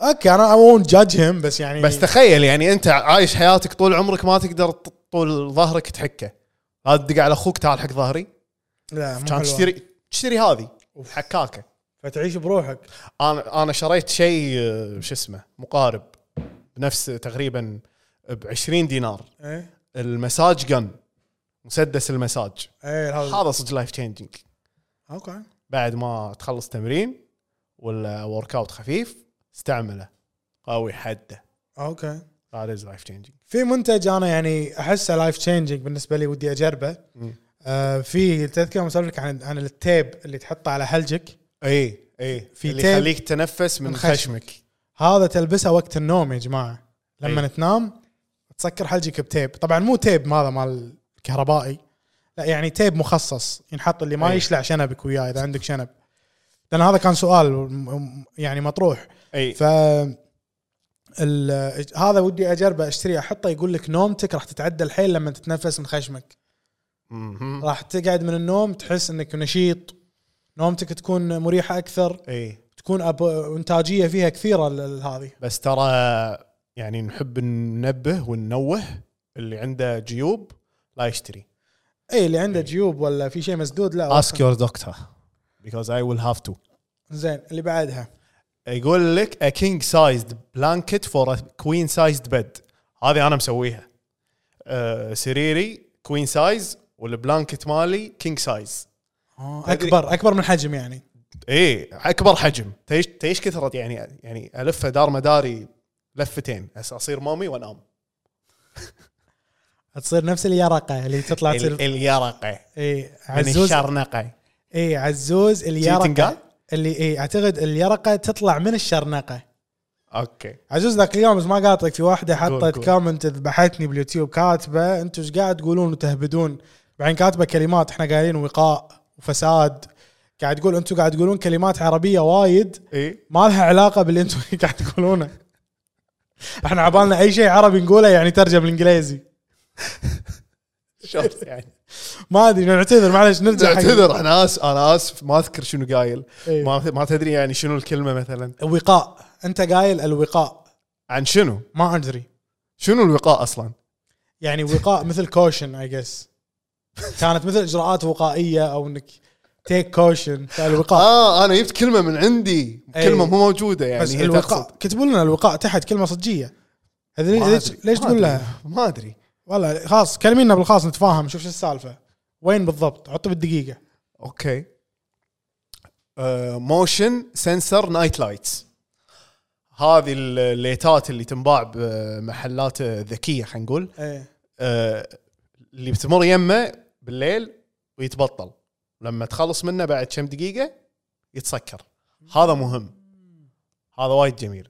اوكي انا اي won't judge him بس يعني
بس تخيل يعني انت عايش حياتك طول عمرك ما تقدر ت- طول ظهرك تحكه هذا تدق على اخوك تعال حق ظهري
لا مو
كان
حلوة.
تشتري تشتري هذه حكاكه
فتعيش بروحك
انا انا شريت شيء آه، شو اسمه مقارب بنفس تقريبا ب 20 دينار
اي
المساج جن مسدس المساج
اي إيه، هذا
هذا صدق لايف تشينجينج
اوكي
بعد ما تخلص تمرين ولا ورك اوت خفيف استعمله قوي حده
اوكي
هذا از لايف تشينجينج
في منتج انا يعني احسه لايف تشينجينج بالنسبه لي ودي اجربه آه في تذكر مسولف لك عن عن التيب اللي تحطه على حلجك
اي اي
في
في اللي
تيب
يخليك تنفس إيه، من
من
خشمك
هذا تلبسه وقت النوم يا جماعه لما
أي.
تنام تسكر حلجك بتيب طبعا مو تيب هذا مال الكهربائي لا يعني تيب مخصص ينحط اللي ما
أي.
يشلع شنبك وياه اذا عندك شنب لان هذا كان سؤال م- م- يعني مطروح
اي
ف ال- هذا ودي اجربه اشتريه احطه يقول لك نومتك راح تتعدل حيل لما تتنفس من خشمك
مهم.
راح تقعد من النوم تحس انك نشيط نومتك تكون مريحه اكثر
اي
تكون أب... انتاجيه فيها كثيره ال- ال- هذه
بس ترى يعني نحب ننبه وننوه اللي عنده جيوب لا يشتري
اي إيه، اللي عنده جيوب ولا في شيء مسدود لا
ask your doctor because I will have to
زين اللي بعدها
يقول لك a king sized blanket for a queen sized bed هذه انا مسويها أه سريري كوين سايز والبلانكت مالي كينج سايز
آه،
تدري-
اكبر اكبر من حجم يعني
ايه اكبر حجم تيش تيش كثرت يعني يعني الفه دار مداري لفتين هسه اصير مامي وانام
تصير نفس اليرقه اللي تطلع
ال-
تصير
اليرقه
اي
إيه، من
عزوز
الشرنقه
اي عزوز
تنقال؟
اليرقه اللي اي اعتقد اليرقه تطلع من الشرنقه
اوكي
عزوز ذاك اليوم إذا ما قاطعك في واحده
قول،
حطت
قول.
كومنت ذبحتني باليوتيوب كاتبه انتم ايش قاعد تقولون وتهبدون بعدين كاتبه كلمات احنا قايلين وقاء وفساد قاعد تقول انتم قاعد تقولون كلمات عربيه وايد
ايه
ما لها علاقه باللي انتم قاعد تقولونه احنا عبالنا اي شيء عربي نقوله يعني ترجم الانجليزي
شفت يعني
ما ادري نعتذر معلش نرجع حق-
تعتذر انا اسف انا اسف ما اذكر شنو قايل
إيه.
ما ما تدري يعني شنو الكلمه مثلا
وقاء انت قايل الوقاء
عن شنو
ما ادري
شنو الوقاء اصلا
يعني وقاء مثل كوشن اي جس كانت مثل اجراءات وقائيه او انك تيك كوشن فالوقاء
اه انا جبت كلمه من عندي
أي.
كلمه مو موجوده يعني
إيه. بس
هي
الوقاء
تقصد.
كتبوا لنا الوقاء تحت كلمه صجيه هذي
ما
ليش
أدري،
ليش
ما
تقول
أدري،
لها
ما ادري
والله خلاص كلمينا بالخاص نتفاهم شوف شو السالفه وين بالضبط عطوا بالدقيقه
اوكي آه، موشن سنسر نايت لايتس هذه الليتات اللي تنباع بمحلات آه، ذكيه خلينا نقول
ايه
آه، اللي بتمر يمه بالليل ويتبطل لما تخلص منه بعد كم دقيقه يتسكر هذا مهم هذا وايد جميل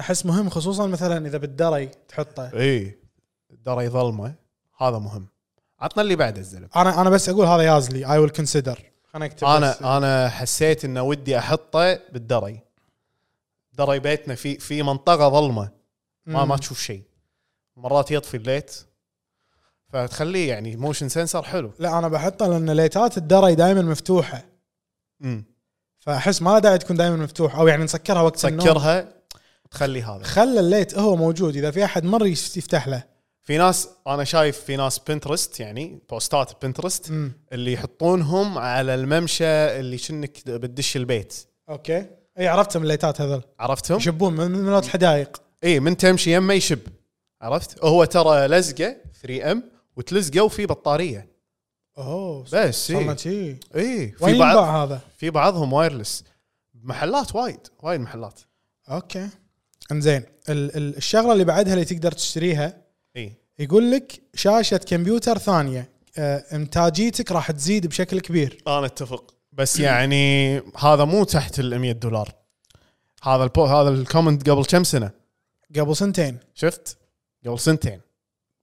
احس مهم خصوصا مثلا اذا بالدري تحطه
اي درى ظلمه إيه، هذا مهم عطنا اللي بعده الزلم
انا انا بس اقول هذا يازلي اي ويل كونسيدر انا اكتب بس.
انا انا حسيت انه ودي احطه بالدري دري بيتنا في في منطقه ظلمه ما
مم.
ما تشوف شيء مرات يطفي الليت فتخليه يعني موشن سنسر حلو
لا انا بحطه لان ليتات الدري دائما مفتوحه
امم
فاحس ما له داعي تكون دائما مفتوح او يعني نسكرها وقت النوم
سكرها وتخلي هذا
خلى الليت هو موجود اذا في احد مر يش- يفتح له
في ناس انا شايف في ناس بنترست يعني بوستات بنترست
مم.
اللي يحطونهم على الممشى اللي شنك بتدش البيت
اوكي اي عرفتهم الليتات هذول
عرفتهم؟
يشبون من من ملوت الحدائق
اي من تمشي يمه يشب عرفت؟ هو ترى لزقه 3 ام وتلزقه وفي بطاريه
اوه
بس
صرنا
اي
شي
اي
وين
في بعض
ينباع هذا؟
في بعضهم وايرلس محلات وايد وايد محلات
اوكي انزين ال- ال- الشغله اللي بعدها اللي تقدر تشتريها
اي
يقول لك شاشه كمبيوتر ثانيه آه، انتاجيتك راح تزيد بشكل كبير
انا اتفق بس يعني هذا مو تحت ال 100 دولار هذا البو هذا الكومنت قبل كم سنه
قبل سنتين
شفت؟ قبل سنتين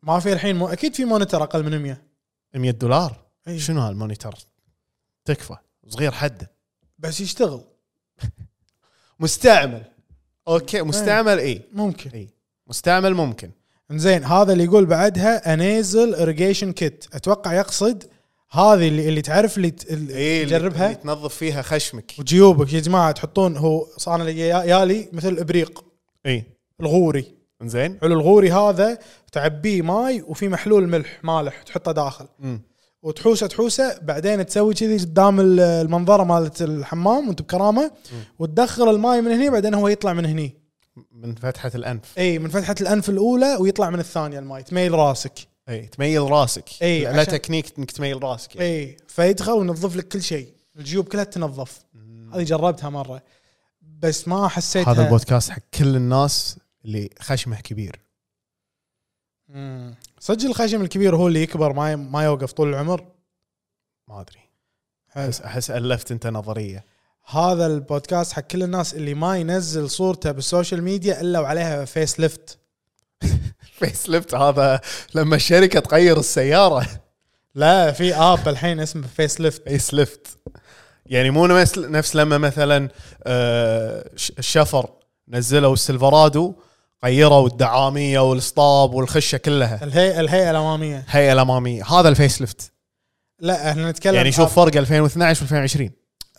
ما في الحين مو اكيد في مونيتر اقل من 100
100 دولار
أي.
شنو هالمونيتر؟ تكفى صغير حده
بس يشتغل
مستعمل اوكي مستعمل اي
ممكن
اي مستعمل ممكن
زين هذا اللي يقول بعدها انيزل اريجيشن كيت اتوقع يقصد هذه اللي, اللي تعرف اللي, ت-
اي
اللي
إيه، اللي-
تجربها
اللي تنظف فيها خشمك
وجيوبك يا جماعه تحطون هو انا يا- يالي مثل الابريق
اي
الغوري
زين
حلو الغوري هذا تعبيه ماي وفي محلول ملح مالح تحطه داخل
مم.
وتحوسه تحوسه بعدين تسوي كذي قدام ال- المنظره مالت الحمام وانت بكرامه وتدخل الماي من هني بعدين هو يطلع من هني
من فتحه الانف
اي من فتحه الانف الاولى ويطلع من الثانيه الماي تميل راسك
اي تميل راسك
إي،
لا
عشان-
تكنيك انك تميل راسك يعني.
اي إيه، فيدخل وينظف لك كل شيء الجيوب كلها تنظف هذه جربتها مره بس ما حسيتها
هذا البودكاست حق كل الناس اللي خشمه كبير
مم. صدق الخشم الكبير هو اللي يكبر ما ما يوقف طول العمر
ما ادري احس احس الفت انت نظريه
هذا البودكاست حق كل الناس اللي ما ينزل صورته بالسوشيال ميديا الا وعليها فيس ليفت
فيس ليفت هذا لما الشركه تغير السياره
لا في اب الحين اسمه فيس ليفت
فيس ليفت يعني مو نفس نفس لما مثلا آه، ش- الشفر نزلوا السلفرادو غيروا الدعاميه والاسطاب والخشه كلها
الهيئه الهيئه الاماميه
هيئه الاماميه هذا الفيس ليفت
لا احنا نتكلم
يعني شوف فرق 2012 و2020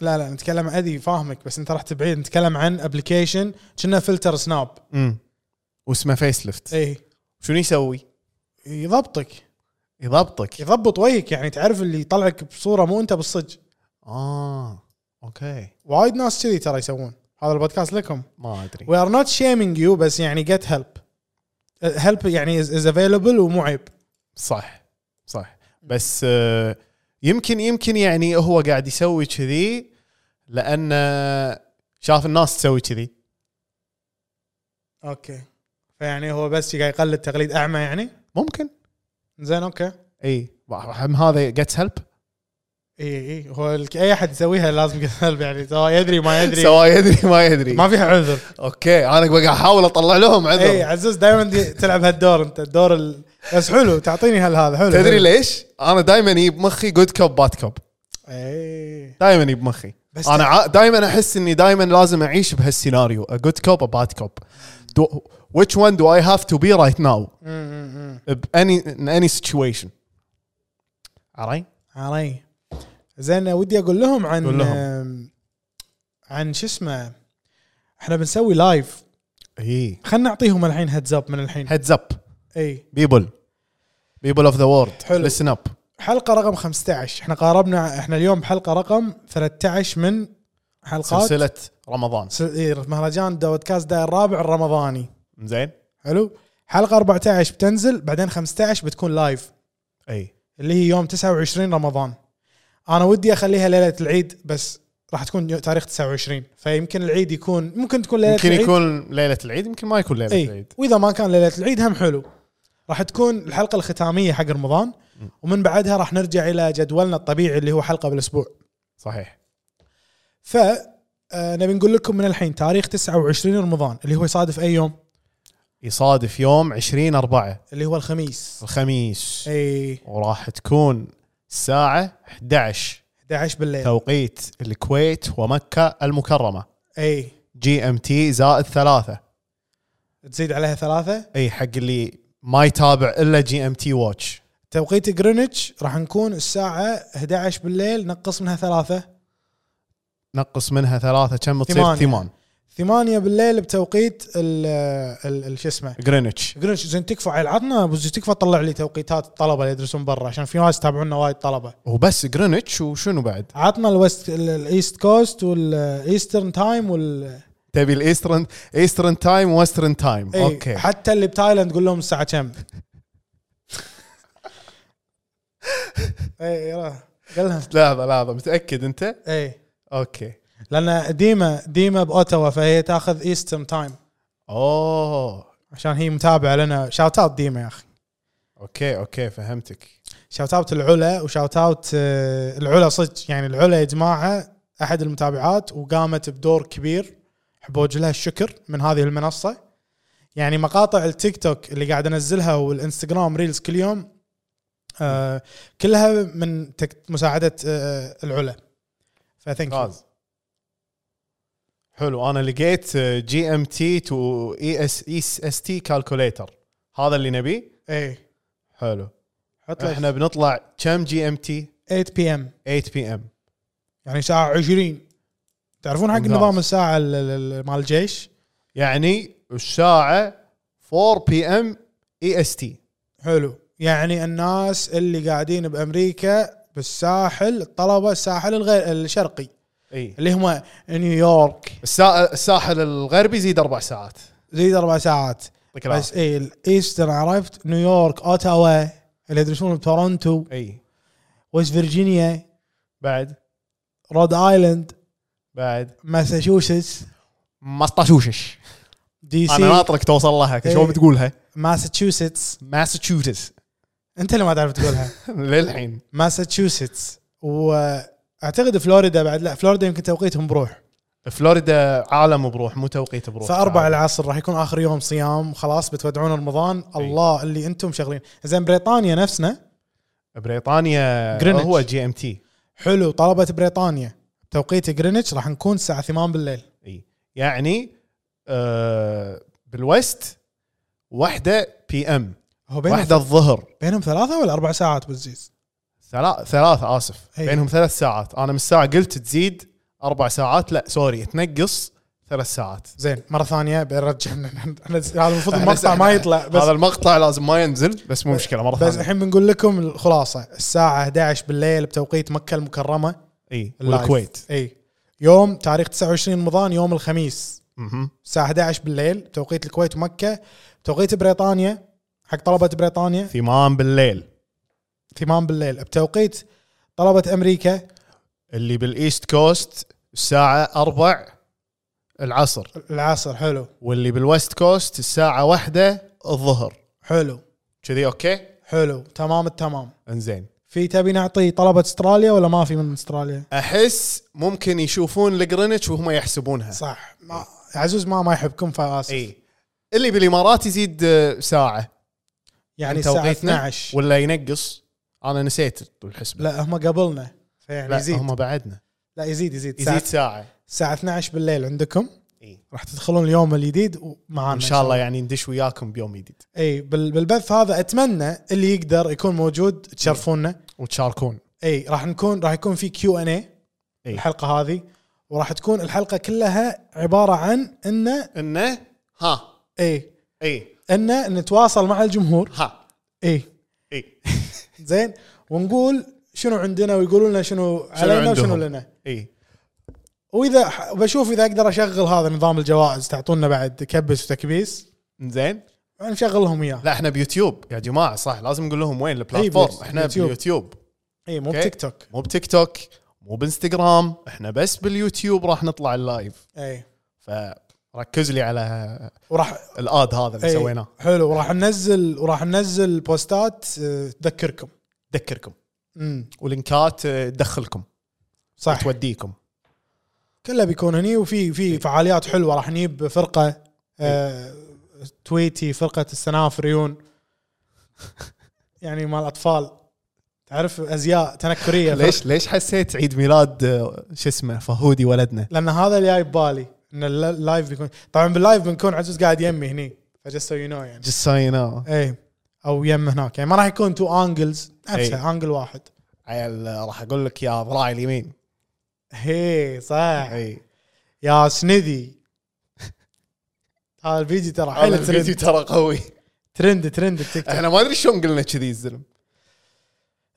لا لا نتكلم ادي فاهمك بس انت رحت بعيد نتكلم عن ابلكيشن كنا فلتر سناب
امم واسمه فيس ليفت
اي
شنو يسوي؟
إيه، يضبطك
يضبطك
يضبط وجهك يعني تعرف اللي يطلعك بصوره مو انت بالصج
اه اوكي
وايد ناس كذي ترى يسوون هذا البودكاست لكم
ما ادري
وي ار نوت شيمينج يو بس يعني جيت هيلب هيلب يعني از افيلبل ومو عيب
صح صح بس آه، يمكن يمكن يعني هو قاعد يسوي كذي لانه شاف الناس تسوي كذي
اوكي فيعني هو بس قاعد يقلد تقليد اعمى يعني
ممكن
زين اوكي
اي هم هذا جيتس هيلب
اي اي هو الك- اي احد يسويها لازم يقلب يعني سواء يدري ما يدري
سواء يدري ما يدري
ما فيها عذر
اوكي انا قاعد احاول اطلع لهم
اي
عذر
عزوز دائما تلعب هالدور انت الدور ال... بس حلو تعطيني هالهذا حلو
تدري
حلو.
ليش؟ انا دائما يجيب مخي جود كوب باد كوب
اي
دائما يجيب مخي
بس
انا دائما احس اني دائما لازم اعيش بهالسيناريو a good cop a bad cop do, which one do I have to be right now
Mm.
ب any in any situation علي
علي زين ودي اقول لهم عن
قول لهم.
آم، عن شو اسمه احنا بنسوي لايف
اي
خلينا نعطيهم الحين هيدز اب من الحين
heads up
اي
people people of the world
حلو.
listen up
حلقه رقم 15 احنا قاربنا احنا اليوم بحلقه رقم 13 من حلقات
سلسلة رمضان
س- إيه، مهرجان بودكاست ده الرابع الرمضاني
زين
حلو حلقه 14 بتنزل بعدين 15 بتكون لايف
اي
اللي هي يوم 29 رمضان انا ودي اخليها ليله العيد بس راح تكون يو- تاريخ 29 فيمكن العيد يكون ممكن تكون ليله
يمكن
العيد
يكون ليلة العيد يمكن ما يكون ليلة
اي
العيد
واذا ما كان ليله العيد هم حلو راح تكون الحلقه الختاميه حق رمضان ومن بعدها راح نرجع الى جدولنا الطبيعي اللي هو حلقه بالاسبوع
صحيح
ف آه، نبي نقول لكم من الحين تاريخ 29 رمضان اللي هو يصادف اي يوم
يصادف يوم 20 أربعة
اللي هو الخميس
الخميس
اي
وراح تكون الساعة 11
11 بالليل
توقيت الكويت ومكة المكرمة
اي
جي ام تي زائد ثلاثة
تزيد عليها ثلاثه
اي حق اللي ما يتابع الا جي ام تي واتش
توقيت جرينتش راح نكون الساعة 11 بالليل نقص منها ثلاثة
نقص منها ثلاثة كم تصير
ثمانية.
ثمان
ثمانية بالليل بتوقيت ال ال- ال- شو اسمه
جرينتش
جرينتش زين تكفى عيل عطنا بس تكفى طلع لي توقيتات الطلبة اللي يدرسون برا عشان في ناس يتابعونا وايد طلبة
وبس جرينتش وشنو بعد؟
عطنا الويست ال- الايست كوست والايسترن تايم وال
تبي الايسترن ايسترن تايم ويسترن تايم
إيه،
اوكي
حتى اللي بتايلاند قول لهم الساعة كم اي يلا قال لهم
لحظة لحظة متأكد انت؟
اي
اوكي
لان ديما ديما باوتاوا فهي تاخذ ايسترن تايم
اوه
عشان هي متابعه لنا شاوت اوت ديما يا اخي
اوكي اوكي فهمتك
شاوت اوت العلا وشاوت اوت آه، العلا صدق يعني العلا يا جماعه احد المتابعات وقامت بدور كبير احب اوجه لها الشكر من هذه المنصه يعني مقاطع التيك توك اللي قاعد انزلها والانستغرام ريلز كل يوم آه كلها من تك- مساعده آه العلا فثانك يو
ممتاز حلو انا لقيت آه، جي ام تي تو اي اس اي اس تي كالكوليتر هذا اللي نبيه
اي
حلو
حط لك
احنا بنطلع كم جي ام تي
8 بي ام
8 بي ام
يعني ساعه 20 تعرفون حق
ممتاز.
نظام الساعه ال- ال- ال- مال الجيش
يعني الساعه 4 بي ام اي اس تي
حلو يعني الناس اللي قاعدين بامريكا بالساحل الطلبه الساحل الغير الشرقي
اي
اللي هم نيويورك
السا- الساحل الغربي زيد اربع ساعات
زيد اربع ساعات
يعطيك
بس
العافيه
اي الايسترن عرفت نيويورك اوتاوا اللي يدرسون بتورنتو
اي
ويست فيرجينيا
بعد
رود ايلاند
بعد
ماساتشوستس
ماساتشوستس
دي
انا
سي
ناطرك توصل لها
إي.
شلون بتقولها
ماساتشوستس
ماساتشوستس
انت اللي ما تعرف تقولها
للحين
ماساتشوستس واعتقد فلوريدا بعد لا فلوريدا يمكن توقيتهم بروح
فلوريدا عالم بروح مو توقيت بروح
فأربع العصر راح يكون اخر يوم صيام خلاص بتودعون رمضان الله اللي انتم شغلين زين بريطانيا نفسنا
بريطانيا
Greenwich.
هو جي ام تي
حلو طلبه بريطانيا توقيت جرينتش راح نكون الساعه 8 بالليل
اي يعني آه بالوست واحدة بي ام
هو بينهم
واحدة الظهر
بينهم ثلاثه ولا اربع ساعات بالزيز
ثلا- ثلاث اسف
أي.
بينهم ثلاث ساعات انا من الساعة قلت تزيد اربع ساعات لا سوري تنقص ثلاث ساعات
زين مره ثانيه بنرجع من- هذا المفروض
إحنا-
المقطع ما يطلع بس
هذا المقطع لازم ما ينزل بس مو مشكلة مرة
بس
ثانية
الحين بنقول لكم الخلاصه الساعه 11 بالليل بتوقيت مكه المكرمه
اي
اللايف.
والكويت
اي يوم تاريخ 29 رمضان يوم الخميس
مهم.
الساعه 11 بالليل توقيت الكويت ومكه توقيت بريطانيا حق طلبه بريطانيا
ثمان بالليل
8 بالليل بتوقيت طلبه امريكا
اللي بالايست كوست الساعة أربع العصر
العصر حلو
واللي بالويست كوست الساعة واحدة الظهر
حلو
كذي اوكي
حلو تمام التمام
انزين
في تبي نعطي طلبه استراليا ولا ما في من استراليا
احس ممكن يشوفون الجرينتش وهم يحسبونها
صح ما عزوز ما ما يحبكم فاسف
اي اللي بالامارات يزيد آه، ساعة
يعني
من
الساعه
توقيتنا
12
ولا ينقص انا نسيت الحسبة
لا هم قبلنا فيعني
لا
يزيد
هم بعدنا
لا يزيد يزيد
يزيد
يزيد
ساعة
الساعه 12 بالليل عندكم
اي
راح تدخلون اليوم الجديد ومعانا
ان شاء الله يعني ندش وياكم بيوم جديد
اي بال- بالبث هذا اتمنى اللي يقدر يكون موجود تشرفونا
وتشاركون
اي راح نكون راح يكون في كيو ان اي
إي.
الحلقه هذه وراح تكون الحلقه كلها عباره عن ان
انه ها
اي
اي
ان نتواصل مع الجمهور
ها إيه.
اي
اي
زين ونقول شنو عندنا ويقولوا لنا شنو علينا وشنو
عندهم. إيه.
لنا
اي
واذا ح- بشوف اذا اقدر اشغل هذا نظام الجوائز تعطونا بعد كبس وتكبيس
زين
نشغل لهم اياه
لا احنا بيوتيوب يا جماعه صح لازم نقول لهم وين
بيوت-
البلاتفورم احنا
بيوتيوب.
بيوتيوب
اي مو
أوكي.
بتيك توك
مو بتيك توك مو بانستغرام احنا بس باليوتيوب راح نطلع اللايف
اي
فركز لي على
وراح
الاد هذا اللي
أي،
سويناه
إيه، حلو وراح ننزل وراح ننزل بوستات آه، تذكركم
تذكركم
امم
ولينكات آه، تدخلكم
صح
توديكم
كله بيكون هني وفي
إيه.
في فعاليات حلوه راح نجيب فرقه آه تويتي فرقه السنافريون يعني مال اطفال تعرف ازياء تنكريه
ليش ليش حسيت عيد ميلاد آه، شو اسمه فهودي ولدنا
لان هذا اللي جاي ببالي ان الل- اللايف بيكون طبعا باللايف بنكون عزوز قاعد يمي هني فجست سو يو نو يعني
just so you know
اي او يم هناك يعني ما راح يكون تو انجلز نفسه
إيه.
انجل واحد
عيل آه، راح اقول لك يا ذراعي اليمين
هي إيه، صح
اي
يا سندي هذا الفيديو ترى
هذا
حلو
الفيديو
ترند
ترى قوي
ترند ترند التيك توك
احنا ما ادري شلون قلنا كذي الزلم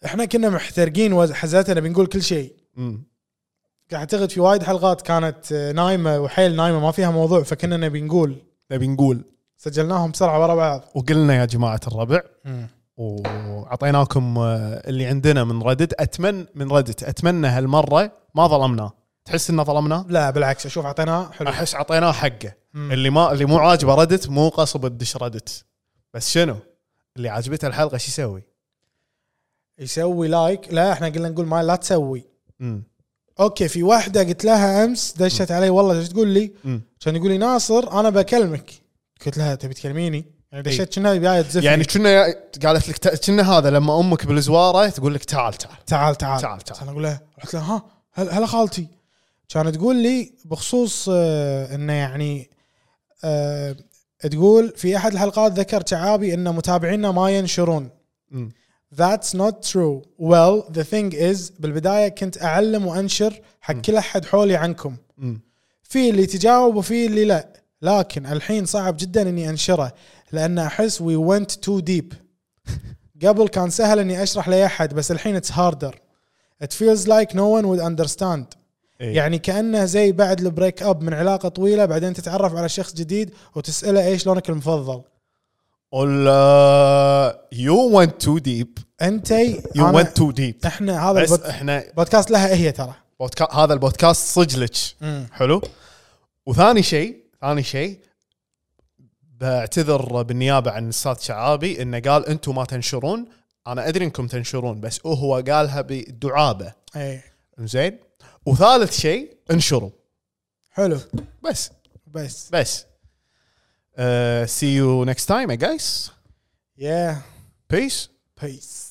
احنا كنا محترقين وز- حزتنا بنقول كل شيء
أمم.
اعتقد في وايد حلقات كانت آه، نايمه وحيل نايمه ما فيها موضوع فكنا نبي نقول
نبي نقول
سجلناهم بسرعه ورا بعض
وقلنا يا جماعه الربع واعطيناكم آه، اللي عندنا من ردت اتمنى من ردت اتمنى هالمره ما ظلمناه تحس انه ظلمناه
لا بالعكس اشوف اعطيناه حلو
احس اعطيناه حقه
مم.
اللي ما اللي مو عاجبه ردت مو قصب الدش ردت بس شنو اللي عاجبته الحلقه شو يسوي
يسوي لايك لا احنا قلنا نقول ما لا تسوي
مم.
اوكي في واحده قلت لها امس دشت علي والله ايش تقول لي
مم.
كان يقول لي ناصر انا بكلمك قلت لها تبي تكلميني يعني دشت كنا جايه تزفني
إيه. يعني كنا قالت لك تا- كنا هذا لما امك بالزواره تقول لك تعال تعال
تعال تعال
تعال، تعال.
انا اقول لها قلت لها ها هلا هلا خالتي كانت تقول لي بخصوص آه، انه يعني آه، تقول في احد الحلقات ذكر تعابي ان متابعينا ما ينشرون
مم.
That's not true. Well, the thing is بالبداية كنت أعلم وأنشر حق كل أحد حولي عنكم.
مم.
في اللي تجاوب وفي اللي لا. لكن الحين صعب جدا إني أنشره لأن أحس we went too deep. قبل كان سهل إني أشرح لأي أحد بس الحين it's harder. It feels like no one would understand.
إيه.
يعني كأنه زي بعد البريك أب من علاقة طويلة بعدين تتعرف على شخص جديد وتسأله إيش لونك المفضل.
ولا يو ونت تو ديب
أنت
يو ونت تو ديب
احنا هذا
بس
البودكاست
احنا
بودكاست لها هي ترى
بودكا... هذا البودكاست صج لك
مم.
حلو وثاني شيء ثاني شيء بعتذر بالنيابه عن استاذ شعابي انه قال انتم ما تنشرون انا ادري انكم تنشرون بس هو قالها بدعابه
اي
زين وثالث شيء انشروا
حلو
بس
بس
بس آه، سي يو نكست تايم جايز
يا
بيس
بيس